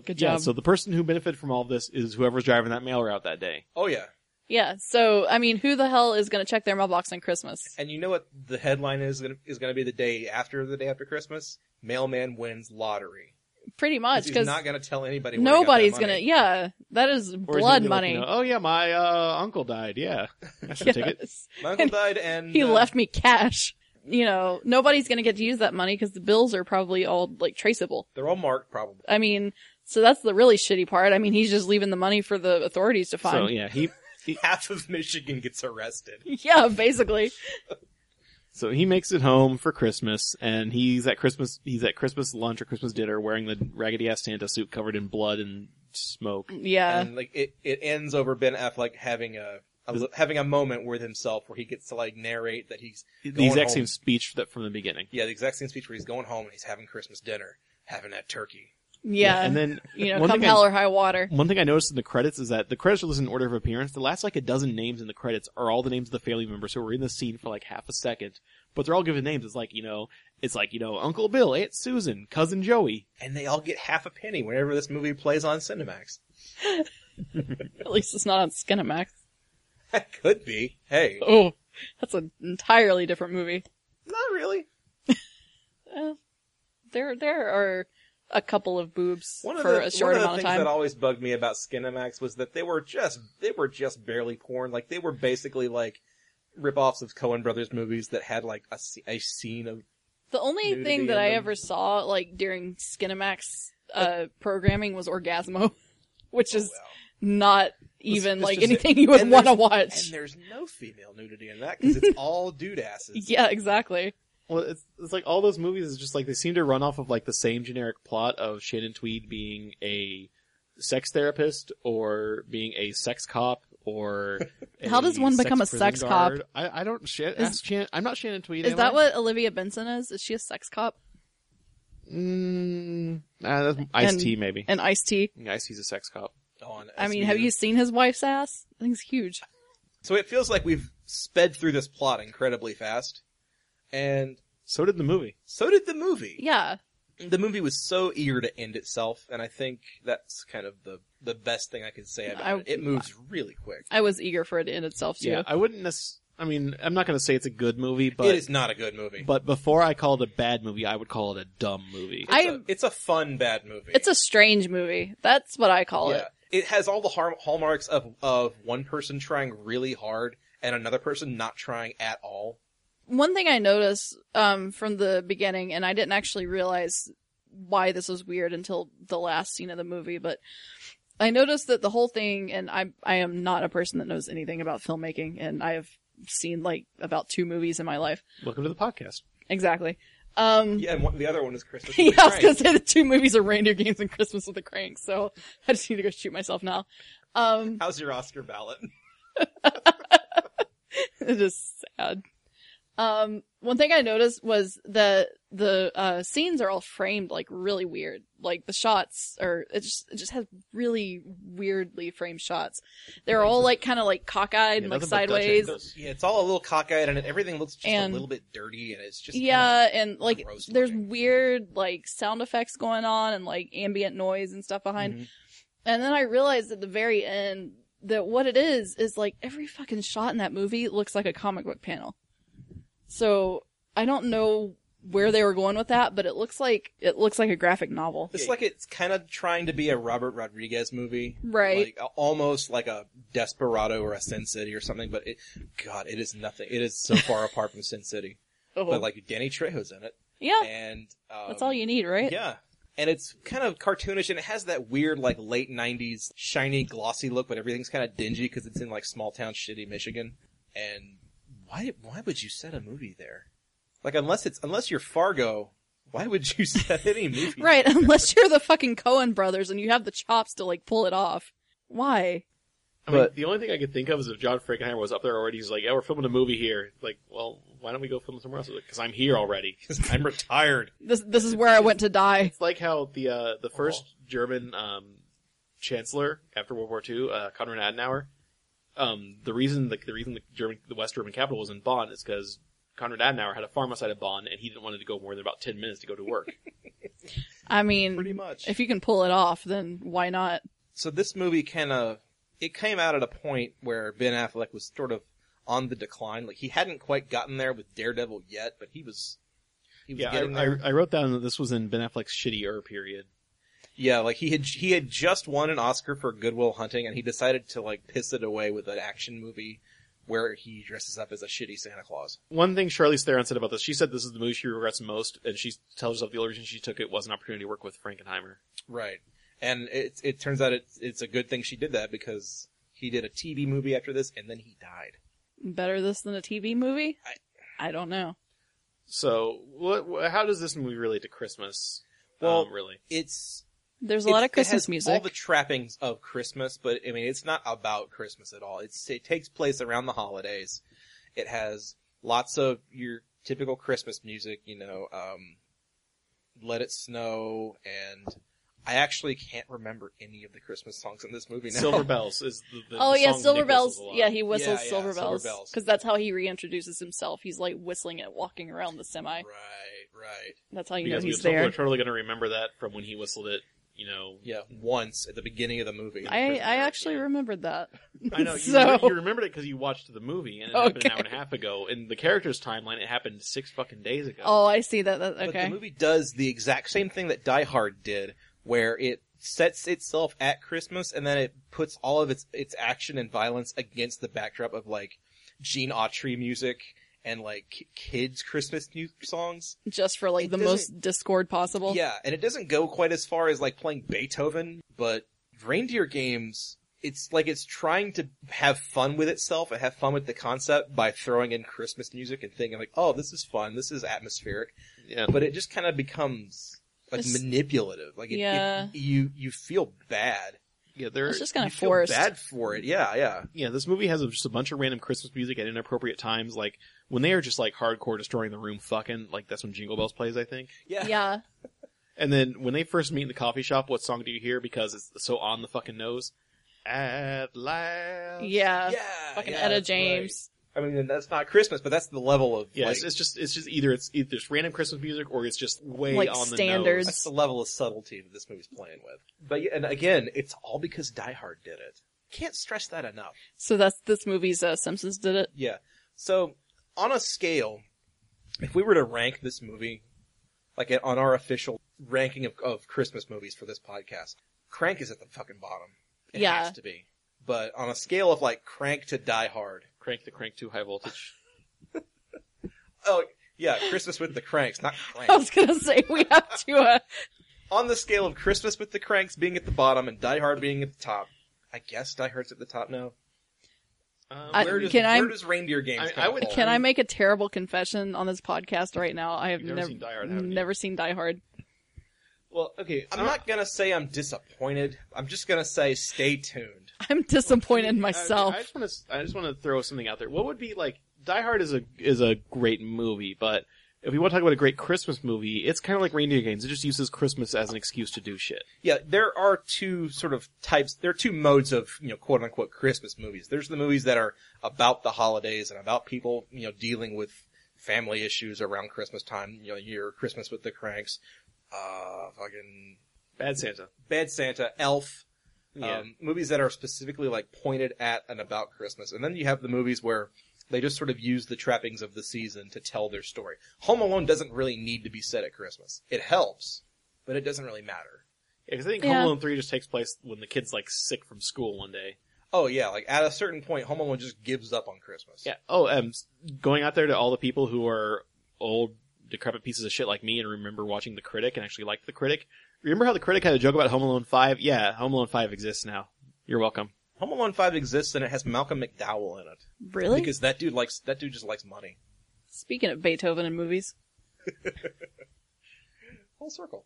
Speaker 3: Good
Speaker 4: yeah,
Speaker 3: job.
Speaker 4: so the person who benefited from all of this is whoever's driving that mail route that day.
Speaker 2: Oh yeah,
Speaker 3: Yeah, so I mean, who the hell is going to check their mailbox on Christmas?
Speaker 2: and you know what the headline is gonna, is going to be the day after the day after Christmas. Mailman wins lottery.
Speaker 3: Pretty much
Speaker 2: he's
Speaker 3: because
Speaker 2: not going to tell anybody. where he got that
Speaker 3: nobody's going
Speaker 2: money.
Speaker 3: to. Yeah, that is
Speaker 4: Or is it
Speaker 3: blood
Speaker 4: like,
Speaker 3: money.
Speaker 4: you know, oh yeah, my uh, uncle died. Yeah, that's the ticket.
Speaker 3: Yes.
Speaker 2: My uncle died, and
Speaker 3: He
Speaker 2: uh,
Speaker 3: left me cash. You know, nobody's going to get to use that money because the bills are probably all like traceable.
Speaker 2: They're all marked, probably.
Speaker 3: I mean, so that's the really shitty part. I mean, he's just leaving the money for the authorities to find.
Speaker 4: So yeah, he
Speaker 2: Half of Michigan gets arrested.
Speaker 3: yeah, basically.
Speaker 4: So he makes it home for Christmas, and he's at Christmas. He's at Christmas lunch or Christmas dinner, wearing the raggedy ass Santa suit covered in blood and smoke.
Speaker 3: Yeah.
Speaker 2: and like it, it ends over Ben Affleck having a, a li- having a moment with himself where he gets to like narrate that he's
Speaker 4: The
Speaker 2: going
Speaker 4: exact
Speaker 2: home.
Speaker 4: same speech that from the beginning.
Speaker 2: yeah the exact same speech where he's going home and he's having Christmas dinner, having that turkey.
Speaker 3: yeah.
Speaker 4: and then
Speaker 3: you know,
Speaker 4: one
Speaker 3: come
Speaker 4: thing
Speaker 3: hell
Speaker 4: I,
Speaker 3: or high water.
Speaker 4: one thing I noticed in the credits is that the credits are listed in order of appearance. The last like a dozen names in the credits are all the names of the family members who were in the scene for like half a second, but they're all given names. It's like you know, it's like you know, Uncle Bill, Aunt Susan, cousin Joey.
Speaker 2: And they all get half a penny whenever this movie plays on Cinemax.
Speaker 3: At least it's not on Skinamax.
Speaker 2: That could be. Hey,
Speaker 3: Oh, that's an entirely different movie.
Speaker 2: not really.
Speaker 3: Uh, there, there are a couple of boobs
Speaker 2: One of
Speaker 3: for
Speaker 2: the,
Speaker 3: a short
Speaker 2: one of the
Speaker 3: amount of
Speaker 2: things
Speaker 3: time.
Speaker 2: that always bugged me about Skinemax was that they were just they were just barely porn. Like they were basically like ripoffs of Coen Brothers movies that had like a, sce- a scene of oh,
Speaker 3: the only
Speaker 2: nudity
Speaker 3: thing
Speaker 2: in
Speaker 3: that I
Speaker 2: them.
Speaker 3: ever saw, like during Skinamax uh, programming, was Orgasmo, which is
Speaker 2: Oh, wow.
Speaker 3: not even
Speaker 2: this
Speaker 3: like
Speaker 2: is it.
Speaker 3: anything you would
Speaker 2: And
Speaker 3: want to
Speaker 2: there's-
Speaker 3: watch.
Speaker 2: And there's no female nudity in that because it's all dude asses.
Speaker 3: Yeah, exactly.
Speaker 4: Well, it's, it's like all those movies is just like they seem to run off of like the same generic plot of Shannon Tweed being a sex therapist or being a sex cop or
Speaker 3: How does one become a
Speaker 4: prison
Speaker 3: sex cop?
Speaker 4: guard. I, I don't. Shan, ask Shan, I'm not Shannon Tweed.
Speaker 3: Is
Speaker 4: am I?
Speaker 3: that what Olivia Benson is? Is she a sex cop?
Speaker 4: Mm, nah, that's Ice T maybe.
Speaker 3: And Ice T.
Speaker 4: Ice T's a sex cop.
Speaker 2: On
Speaker 3: I mean,
Speaker 2: SVU.
Speaker 3: have you seen his wife's ass? That thing's huge.
Speaker 2: So it feels like we've sped through this plot incredibly fast, and
Speaker 4: So did the movie.
Speaker 2: so did the movie.
Speaker 3: Yeah.
Speaker 2: The movie was so eager to end itself, and I think that's kind of the the best thing I can say about
Speaker 3: I-
Speaker 2: it. It moves really quick.
Speaker 3: I was eager for it to end itself too.
Speaker 4: Yeah, I wouldn't. Nec- I mean, I'm not going to say it's a good movie,
Speaker 2: it
Speaker 4: but
Speaker 2: is not a good movie.
Speaker 4: but before I call it a bad movie, I would call it a dumb movie.
Speaker 3: I-
Speaker 2: it's, a, it's a fun bad movie.
Speaker 3: It's a strange movie. That's what I call it.
Speaker 2: yeah. It has all the har- hallmarks of of one person trying really hard and another person not trying at all.
Speaker 3: One thing I noticed um, from the beginning, and I didn't actually realize why this was weird until the last scene of the movie, but I noticed that the whole thing, and I I am not a person that knows anything about filmmaking, and I have seen like about two movies in my life.
Speaker 4: Welcome to the podcast.
Speaker 3: Exactly. Um,
Speaker 2: Yeah, and one, the other one is Christmas. with
Speaker 3: yeah,
Speaker 2: the
Speaker 3: I was
Speaker 2: Cranks.
Speaker 3: gonna say the two movies are Reindeer Games and Christmas with the Cranks, so I just need to go shoot myself now. Um,
Speaker 2: How's your Oscar ballot?
Speaker 3: it's just sad. Um, one thing I noticed was that the uh, scenes are all framed like really weird. Like the shots are it just it just has really weirdly framed shots. They're all like kind of like cockeyed and like
Speaker 4: nothing but Dutch
Speaker 3: sideways.
Speaker 4: angles.
Speaker 2: Yeah, it's all a little cockeyed and everything looks just a
Speaker 3: And-
Speaker 2: little bit dirty and it's just
Speaker 3: yeah, and like
Speaker 2: gross
Speaker 3: there's
Speaker 2: looking.
Speaker 3: weird like sound effects going on and like ambient noise and stuff behind.
Speaker 2: Mm-hmm.
Speaker 3: And then I realized at the very end that what it is is like every fucking shot in that movie looks like a comic book panel. So I don't know where they were going with that, but it looks like it looks like a graphic novel.
Speaker 2: It's like it's kind of trying to be a Robert Rodriguez movie,
Speaker 3: Right.
Speaker 2: Like a- almost like a Desperado or a Sin City or something. But it, God, it is nothing. It is so far apart from Sin City.
Speaker 3: Oh.
Speaker 2: But like Danny Trejo's in it,
Speaker 3: yeah,
Speaker 2: and um,
Speaker 3: Oh, that's all you need, right?
Speaker 2: Yeah, and it's kind of cartoonish, and it has that weird like late '90s shiny glossy look, but everything's kind of dingy because it's in like small town shitty Michigan. And why why would you set a movie there? Like unless it's unless you're Fargo, why would you set any movie?
Speaker 3: Right, unless you're the fucking Cohen brothers and you have the chops to like pull it off. Why?
Speaker 4: I mean,
Speaker 2: But-
Speaker 4: the only thing I could think of is if John Frankenheimer was up there already, he's like, "Yeah, we're filming a movie here." Like, well, why don't we go film somewhere else? Because I'm here already.
Speaker 2: Because I'm retired.
Speaker 3: This this is where I went to die.
Speaker 4: It's like how the uh, the first German um, chancellor after World War II, uh, Konrad Adenauer. Um, the reason the, the reason the German the West German capital was in Bonn is because Konrad Adenauer had a farm outside of Bonn, and he didn't want it to go more than about ten minutes to go to work.
Speaker 3: I
Speaker 2: Pretty
Speaker 3: mean,
Speaker 2: much.
Speaker 3: if you can pull it off, then why not?
Speaker 2: so this movie kind of it came out at a point where Ben Affleck was sort of on the decline. Like he hadn't quite gotten there with Daredevil yet, but he was. He was
Speaker 4: yeah,
Speaker 2: getting
Speaker 4: I, I,
Speaker 2: there.
Speaker 4: I wrote down that this was in Ben Affleck's shittier period.
Speaker 2: yeah, like he had he had just won an Oscar for Goodwill Hunting, and he decided to like piss it away with an action movie where he dresses up as a shitty Santa Claus.
Speaker 4: one thing Charlize Theron said about this, she said this is the movie she regrets most, and she tells herself the only reason she took it was an opportunity to work with Frankenheimer.
Speaker 2: Right, and it it turns out it's it's a good thing she did that because he did a TV movie after this, and then he died.
Speaker 3: Better this than a TV movie? I don't know.
Speaker 4: So, what? wh- How does this movie relate to Christmas?
Speaker 2: Well,
Speaker 4: um, really,
Speaker 2: It's
Speaker 3: There's a lot
Speaker 2: It's-
Speaker 3: of Christmas
Speaker 2: it has All
Speaker 3: music.
Speaker 2: the trappings of Christmas, but I mean, it's not about Christmas at all. It's it takes place around the holidays. It has lots of your typical Christmas music, you know, um, "Let It Snow," and I actually can't remember any of the Christmas songs in this movie now.
Speaker 4: Silver Bells is the. the
Speaker 3: oh
Speaker 4: the
Speaker 3: yeah,
Speaker 4: song
Speaker 3: Silver
Speaker 4: Nick whistles
Speaker 3: Bells.
Speaker 4: a lot.
Speaker 3: Yeah, he whistles
Speaker 2: Yeah, yeah,
Speaker 3: Silver
Speaker 2: Silver
Speaker 3: Bells
Speaker 2: Bells.
Speaker 3: because that's how he reintroduces himself. He's like whistling it, walking around the semi.
Speaker 2: Right, right.
Speaker 3: That's how you
Speaker 4: because
Speaker 3: know he's
Speaker 4: people are
Speaker 3: there.
Speaker 4: totally going to remember that from when he whistled it. You know,
Speaker 2: Yeah, once at the beginning of the movie.
Speaker 3: I
Speaker 4: prisoner,
Speaker 3: I actually
Speaker 4: yeah.
Speaker 3: remembered that.
Speaker 4: I know you,
Speaker 3: So-
Speaker 4: you remembered it because you watched the movie, and it happened an hour
Speaker 3: Okay.
Speaker 4: and a half ago. In the character's timeline, it happened six fucking days ago.
Speaker 3: Oh, I see that. that
Speaker 2: But the
Speaker 3: okay.
Speaker 2: movie does the exact same thing that Die Hard did, where it sets itself at Christmas and then it puts all of its its action and violence against the backdrop of like Gene Autry music and like ki- kids Christmas new songs.
Speaker 3: Just for like
Speaker 2: it
Speaker 3: the
Speaker 2: doesn't-
Speaker 3: most discord possible.
Speaker 2: Yeah, and it doesn't go quite as far as like playing Beethoven, but Reindeer Games it's like it's trying to have fun with itself and have fun with the concept by throwing in Christmas music and thinking like, "Oh, this is fun. This is atmospheric."
Speaker 4: yeah.
Speaker 2: but it just kind of becomes like
Speaker 3: It's-
Speaker 2: manipulative. Like it, it-
Speaker 3: Yeah.
Speaker 2: you you feel bad.
Speaker 4: yeah, there.
Speaker 3: It's just kind
Speaker 2: you
Speaker 3: of
Speaker 2: feel
Speaker 3: forced.
Speaker 2: bad for it. Yeah, yeah.
Speaker 4: yeah, this movie has a, just a bunch of random Christmas music at inappropriate times. Like when they are just like hardcore destroying the room, fucking like that's when Jingle Bells plays, I think.
Speaker 2: Yeah.
Speaker 3: Yeah.
Speaker 4: And then when they first meet in the coffee shop, what song do you hear because it's so on the fucking nose? At last,
Speaker 3: Yeah.
Speaker 2: Yeah,
Speaker 3: Fucking
Speaker 2: yeah,
Speaker 3: Etta
Speaker 2: that's
Speaker 3: James.
Speaker 2: right. I mean, that's not Christmas, but that's the level of
Speaker 4: yeah.
Speaker 2: like,
Speaker 4: it's, it's just it's just either it's either it's random Christmas music or it's just way
Speaker 3: Like
Speaker 4: on the
Speaker 3: standards.
Speaker 4: nose.
Speaker 2: that's the level of subtlety that this movie's playing with. But yeah, and again, it's all because Die Hard did it. Can't stress that enough.
Speaker 3: So that's this movie's uh, Simpsons did it.
Speaker 2: Yeah. So on a scale, if we were to rank this movie, like at- on our official ranking of, of Christmas movies for this podcast, Crank is at the fucking bottom. It
Speaker 3: Yeah.
Speaker 2: has to be. But on a scale of like Crank to Die Hard,
Speaker 4: Crank the crank to high voltage.
Speaker 2: oh yeah, Christmas with the Cranks, not
Speaker 3: I
Speaker 2: Crank.
Speaker 3: was gonna say we have to. Uh,
Speaker 2: on the scale of Christmas with the Cranks being at the bottom and Die Hard being at the top, I guess Die Hard's at the top now.
Speaker 4: Um,
Speaker 3: I-
Speaker 2: Uh, where does
Speaker 3: can
Speaker 2: where
Speaker 3: I-
Speaker 2: does Reindeer Games?
Speaker 4: I-
Speaker 2: I,
Speaker 4: I would-
Speaker 3: can I make a terrible confession on this podcast right now? I have
Speaker 4: You've never
Speaker 3: never
Speaker 4: seen Die Hard, haven't you?
Speaker 3: never seen Die Hard.
Speaker 4: well, okay.
Speaker 2: I'm not gonna say I'm disappointed. I'm just gonna say stay tuned.
Speaker 3: I'm disappointed myself.
Speaker 4: I, I just want to. I just want to throw something out there. What would be like Die Hard is a is a great movie, but if we want to talk about a great Christmas movie, it's kind of like Reindeer Games. It just uses Christmas as an excuse to do shit.
Speaker 2: Yeah, there are two sort of types. There are two modes of you know quote unquote Christmas movies. There's the movies that are about the holidays and about people you know dealing with family issues around Christmas time. You know, your Christmas with the Cranks, uh, fucking
Speaker 4: Bad Santa.
Speaker 2: Bad Santa, Elf.
Speaker 4: Yeah.
Speaker 2: Um, movies that are specifically like pointed at and about Christmas. And then you have the movies where they just sort of use the trappings of the season to tell their story. Home Alone doesn't really need to be set at Christmas. It helps, but it doesn't really matter.
Speaker 4: Because I think
Speaker 3: Yeah.
Speaker 4: Home Alone three just takes place when the kid's like sick from school one day.
Speaker 2: Oh yeah, like at a certain point, Home Alone just gives up on Christmas.
Speaker 4: Yeah. Oh, um, s- going out there to all the people who are old, decrepit pieces of shit like me and remember watching The Critic and actually liked The Critic. Remember how The Critic had a joke about Home Alone 5? Yeah, Home Alone 5 exists now. You're welcome.
Speaker 2: Home Alone Five exists and it has Malcolm McDowell in it
Speaker 3: Really?
Speaker 2: because that dude likes that dude just likes money.
Speaker 3: Speaking of Beethoven and movies,
Speaker 2: Full circle.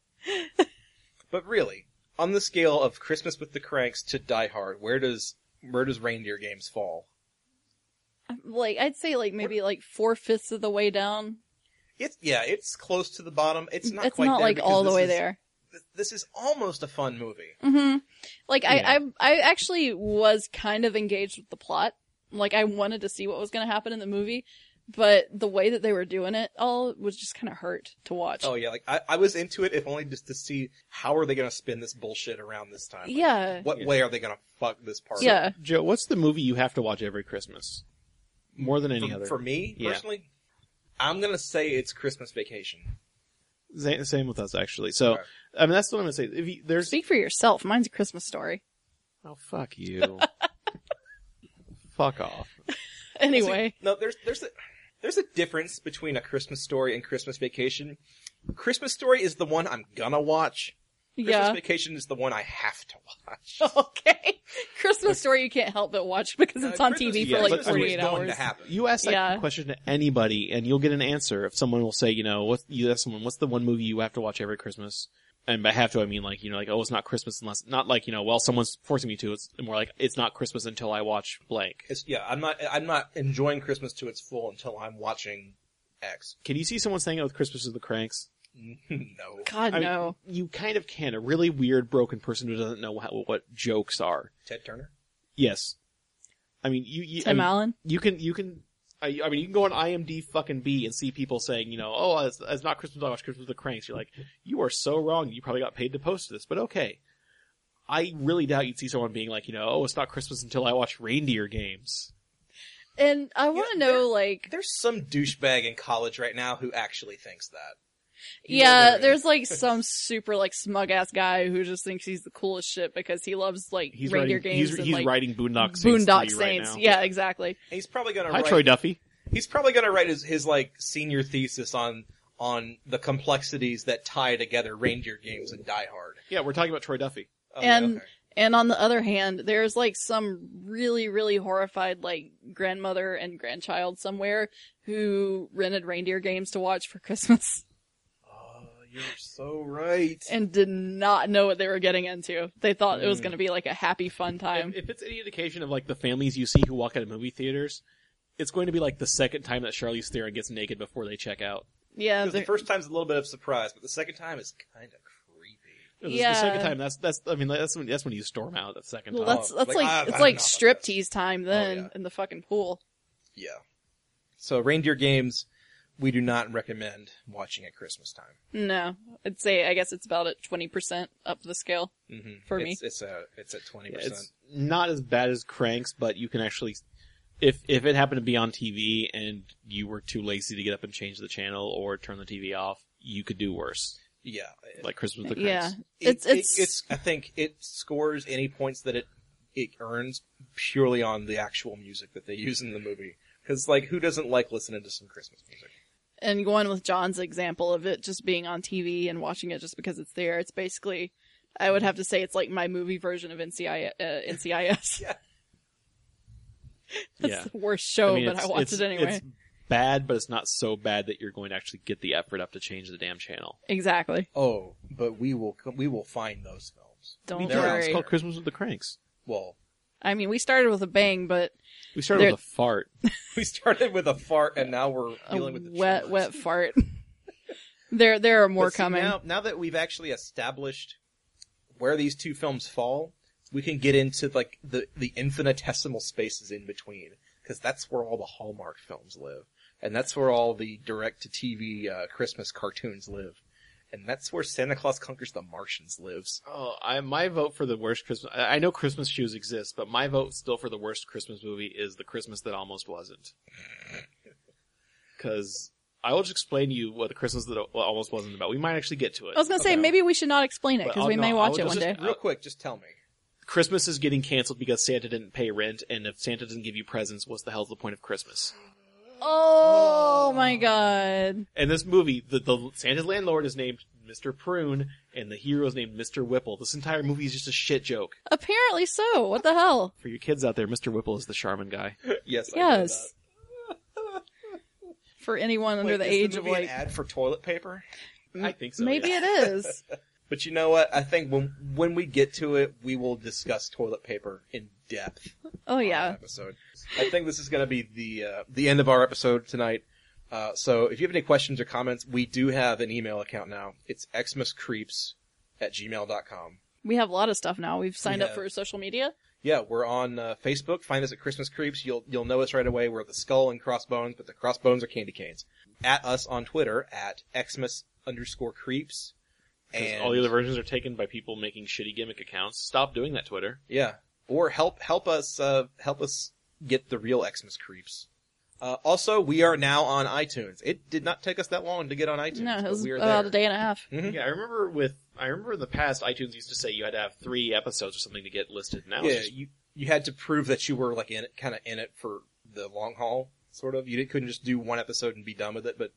Speaker 2: but really, on the scale of Christmas with the Cranks to Die Hard, where does where does Reindeer Games fall?
Speaker 3: like I'd say like maybe like four fifths of the way down.
Speaker 2: It's yeah, it's close to the bottom. It's not
Speaker 3: it's
Speaker 2: quite
Speaker 3: not
Speaker 2: there
Speaker 3: like
Speaker 2: because
Speaker 3: all the
Speaker 2: this
Speaker 3: way
Speaker 2: is-
Speaker 3: there.
Speaker 2: th- This is almost a fun movie.
Speaker 3: hmm Like I,
Speaker 4: Yeah.
Speaker 3: I, I actually was kind of engaged with the plot. Like I wanted to see what was going to happen in the movie, but the way that they were doing it all was just kind of hurt to watch.
Speaker 2: Oh yeah, like I, I was into it if only just to see how are they going to spin this bullshit around this time. Like,
Speaker 3: yeah,
Speaker 2: What way are they going to fuck this part?
Speaker 3: yeah.
Speaker 2: up?
Speaker 4: Joe, what's the movie you have to watch every Christmas? More than any
Speaker 2: For,
Speaker 4: other.
Speaker 2: for me
Speaker 4: Yeah.
Speaker 2: personally, I'm going to say it's Christmas Vacation.
Speaker 4: Sa- Same with us, actually. So,
Speaker 2: Okay.
Speaker 4: I mean, that's what I'm going to say. If you, there's.
Speaker 3: Speak for yourself. Mine's a Christmas story.
Speaker 4: Oh, fuck you. fuck off.
Speaker 3: Anyway,
Speaker 2: See, no, there's there's a there's a difference between a Christmas story and Christmas Vacation. Christmas Story is the one I'm gonna watch. Christmas
Speaker 3: yeah.
Speaker 2: Vacation is the one I have to watch. Uh,
Speaker 3: Okay. Christmas story you can't help but watch because it's
Speaker 2: Uh,
Speaker 3: on
Speaker 2: Christmas-
Speaker 3: TV
Speaker 4: yeah,
Speaker 3: for like
Speaker 4: but-
Speaker 2: Christmas Story is
Speaker 3: 48
Speaker 2: going
Speaker 3: hours.
Speaker 2: To happen.
Speaker 4: You ask that
Speaker 3: Yeah.
Speaker 4: question to anybody, and you'll get an answer. If someone will say, you know, what you ask someone, what's the one movie you have to watch every Christmas? And by have to, I mean like, you know, like, oh, it's not Christmas unless, not like, you know, well, someone's forcing me to. It's more like, it's not Christmas until I watch blank.
Speaker 2: It's, yeah, I'm not I'm not enjoying Christmas to its full until I'm watching X.
Speaker 4: Can you see someone saying it with Christmas of the Cranks?
Speaker 2: no.
Speaker 3: God,
Speaker 4: I mean-
Speaker 3: no.
Speaker 4: You kind of can. A really weird, broken person who doesn't know how, what jokes are.
Speaker 2: Ted Turner?
Speaker 4: Yes. I mean, you, you, I
Speaker 3: Tim
Speaker 4: mean,
Speaker 3: Allen?
Speaker 4: you can, you can, I, I mean, you can go on IMD fucking B and see people saying, you know, oh, it's, it's not Christmas, I watch Christmas with the Cranks. You're like, you are so wrong. You probably got paid to post this, but okay. I really doubt you'd see someone being like, you know, oh, it's not Christmas until I watch reindeer games.
Speaker 3: And I want to
Speaker 2: Yeah,
Speaker 3: know, like,
Speaker 2: There's some douchebag in college right now who actually thinks that. You know
Speaker 3: yeah,
Speaker 2: there is.
Speaker 3: there's like some super like smug ass guy who just thinks he's the coolest shit because he loves like
Speaker 4: He's
Speaker 3: reindeer
Speaker 4: writing,
Speaker 3: games
Speaker 4: he's,
Speaker 3: and
Speaker 4: he's
Speaker 3: like
Speaker 4: writing Boondock Saints,
Speaker 3: Boondock
Speaker 4: 3
Speaker 3: Saints.
Speaker 4: right now.
Speaker 3: yeah, exactly.
Speaker 2: He's probably gonna
Speaker 4: Hi,
Speaker 2: write
Speaker 4: Troy Duffy.
Speaker 2: he's probably gonna write his, his like senior thesis on on the complexities that tie together reindeer games and Die Hard.
Speaker 4: Yeah, we're talking about Troy Duffy.
Speaker 2: Oh,
Speaker 3: And- And on the other hand, there's like some really really horrified like grandmother and grandchild somewhere who rented reindeer games to watch for Christmas
Speaker 2: oh, you're so right.
Speaker 3: and did not know what they were getting into. They thought
Speaker 4: Hmm.
Speaker 3: it was going to be like a happy fun time.
Speaker 4: If, if it's any indication of like the families you see who walk out of movie theaters, it's going to be like the second time that Charlize Theron gets naked before they check out.
Speaker 3: yeah,
Speaker 2: Because the
Speaker 3: they're-
Speaker 2: first time's a little bit of surprise, but the second time is kind of creepy.
Speaker 4: The-
Speaker 3: Yeah.
Speaker 4: The second time, that's that's. I mean, that's when that's when you storm out. The second
Speaker 3: Well,
Speaker 4: time.
Speaker 3: that's that's
Speaker 2: like,
Speaker 3: like
Speaker 2: I've-
Speaker 3: it's
Speaker 2: I've
Speaker 3: like
Speaker 2: not done this.
Speaker 3: striptease time
Speaker 4: Oh,
Speaker 3: then
Speaker 2: yeah.
Speaker 3: in the fucking pool.
Speaker 2: Yeah. So reindeer games, we do not recommend watching at Christmas time.
Speaker 3: No, I'd say I guess it's about at twenty percent up the scale.
Speaker 2: Mm-hmm.
Speaker 3: For
Speaker 2: it's, it's a it's at twenty
Speaker 4: Yeah,
Speaker 2: percent.
Speaker 4: it's not as bad as Cranks, but you can actually, if if it happened to be on TV and you were too lazy to get up and change the channel or turn the TV off, you could do worse.
Speaker 2: Yeah,
Speaker 4: Like Christmas with the
Speaker 3: yeah,
Speaker 4: Cranks.
Speaker 3: it's
Speaker 2: It- it-
Speaker 3: it's,
Speaker 2: it's. I think it scores any points that it it earns purely on the actual music that they use in the movie. Because like, who doesn't like listening to some Christmas music?
Speaker 3: and going with John's example of it just being on TV and watching it just because it's there. It's basically, I would have to say it's like my movie version of NCIS. Uh, NCIS.
Speaker 2: Yeah.
Speaker 3: That's
Speaker 4: Yeah.
Speaker 3: the worst show,
Speaker 4: mean,
Speaker 3: Oh, but I
Speaker 4: it's-
Speaker 3: watched
Speaker 4: it's-
Speaker 3: it anyway.
Speaker 4: It's bad, but it's not so bad that you're going to actually get the effort up to change the damn channel.
Speaker 3: Exactly.
Speaker 2: Oh, but we will co- we will find those films.
Speaker 3: Don't
Speaker 2: They're
Speaker 4: Yeah,
Speaker 2: out
Speaker 4: It's
Speaker 3: worry.
Speaker 4: called Christmas with the Cranks.
Speaker 2: Well,
Speaker 3: I mean, we started with a bang, but
Speaker 4: We started
Speaker 3: There-
Speaker 4: with a fart.
Speaker 2: We started with a fart, and now we're
Speaker 3: a
Speaker 2: dealing with the
Speaker 3: wet,
Speaker 2: chores.
Speaker 3: wet fart. there, there are more
Speaker 2: But see,
Speaker 3: coming.
Speaker 2: Now, now that we've actually established where these two films fall, we can get into like the the infinitesimal spaces in between because that's where all the Hallmark films live, and that's where all the direct to TV uh, Christmas cartoons live, and that's where Santa Claus Conquers the Martians lives.
Speaker 4: Oh, I my vote for the worst Christmas. I I know Christmas shoes exist, but my vote still for the worst Christmas movie is the Christmas that almost wasn't. Because I will just explain to you what the Christmas that al- almost wasn't about. We might actually get to it.
Speaker 3: I was gonna say
Speaker 2: Okay.
Speaker 3: maybe we should not explain it
Speaker 4: But
Speaker 3: because
Speaker 4: I'll-
Speaker 3: we may
Speaker 4: no,
Speaker 3: watch
Speaker 4: I'll
Speaker 3: it one
Speaker 4: just-
Speaker 3: day.
Speaker 2: Real quick, just tell me.
Speaker 4: Christmas is getting canceled because Santa didn't pay rent, and if Santa doesn't give you presents, what's the hell's the point of Christmas?
Speaker 3: Oh my god!
Speaker 4: And this movie, the, the Santa's landlord is named Mr. Prune, and the hero is named Mr. Whipple. This entire movie is just a shit joke.
Speaker 3: Apparently so. What the hell?
Speaker 4: For your kids out there, Mr. Whipple is the Charmin guy.
Speaker 2: Yes. I know
Speaker 3: Yes.
Speaker 2: that.
Speaker 3: For anyone under
Speaker 2: Wait,
Speaker 3: the
Speaker 2: is
Speaker 3: age
Speaker 2: the
Speaker 3: of
Speaker 2: movie an Oh,
Speaker 3: like,
Speaker 2: ad for toilet paper.
Speaker 4: I think so.
Speaker 3: maybe
Speaker 4: yeah.
Speaker 3: it is.
Speaker 2: But you know what? I think when when we get to it, we will discuss toilet paper in depth.
Speaker 3: Oh yeah.
Speaker 2: episode. I think this is going to be the uh, the end of our episode tonight. Uh, so if you have any questions or comments, we do have an email account now. It's xmascreeps at gmail.com.
Speaker 3: We have a lot of stuff now. We've signed up
Speaker 2: have-
Speaker 3: for social media.
Speaker 2: Yeah, we're on uh, Facebook. Find us at Christmas Creeps. You'll you'll know us right away. We're the skull and crossbones, but the crossbones are candy canes. At us on Twitter at xmas underscore creeps.
Speaker 4: 'Cause
Speaker 2: And
Speaker 4: all the other versions are taken by people making shitty gimmick accounts. Stop doing that, Twitter.
Speaker 2: Yeah. Or help help us uh, help us get the real Xmas creeps. Uh, also, we are now on iTunes. It did not take us that long to get on iTunes.
Speaker 3: No, it
Speaker 2: but
Speaker 3: was
Speaker 2: we are
Speaker 3: about
Speaker 2: there.
Speaker 3: a day and a half.
Speaker 2: Mhm.
Speaker 4: Yeah, I remember with I remember in the past iTunes used to say you had to have three episodes or something to get listed. Now
Speaker 2: Yeah,
Speaker 4: it's just,
Speaker 2: you you had to prove that you were like in it, kind of in it for the long haul, sort of. You didn't, couldn't just do one episode and be done with it. But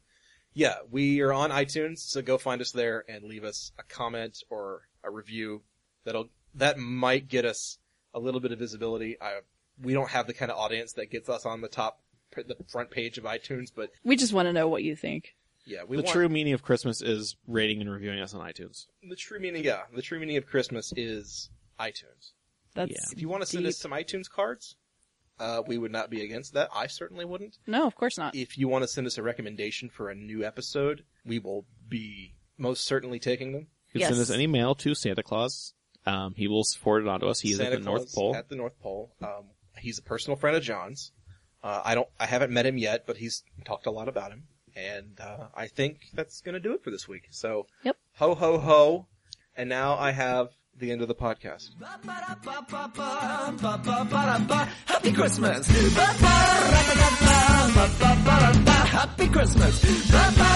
Speaker 2: yeah, we are on iTunes, so go find us there and leave us a comment or a review. That'll that might get us a little bit of visibility. I we don't have the kind of audience that gets us on the top, the front page of iTunes, but
Speaker 3: We just want to know what you think.
Speaker 2: yeah, we
Speaker 4: the
Speaker 2: want,
Speaker 4: true meaning of Christmas is rating and reviewing us on iTunes.
Speaker 2: the true meaning. Yeah, the true meaning of Christmas is iTunes.
Speaker 3: That's
Speaker 4: Yeah.
Speaker 2: If you want to send us some iTunes cards, uh, we would not be against that. I certainly wouldn't.
Speaker 3: no, of course not.
Speaker 2: If you want to send us a recommendation for a new episode, we will be most certainly taking them.
Speaker 4: You can
Speaker 3: Yes.
Speaker 4: send us any mail to Santa Claus. Um, he will forward it onto us. He is
Speaker 2: Santa
Speaker 4: at the North
Speaker 2: Claus
Speaker 4: Pole.
Speaker 2: At the North Pole, um, he's a personal friend of John's. Uh, I don't, I haven't met him yet, but he's talked a lot about him, and uh, I think that's going to do it for this week. So,
Speaker 3: Yep.
Speaker 2: ho ho ho, and now I have the end of the podcast.
Speaker 1: Happy Christmas! Happy Christmas!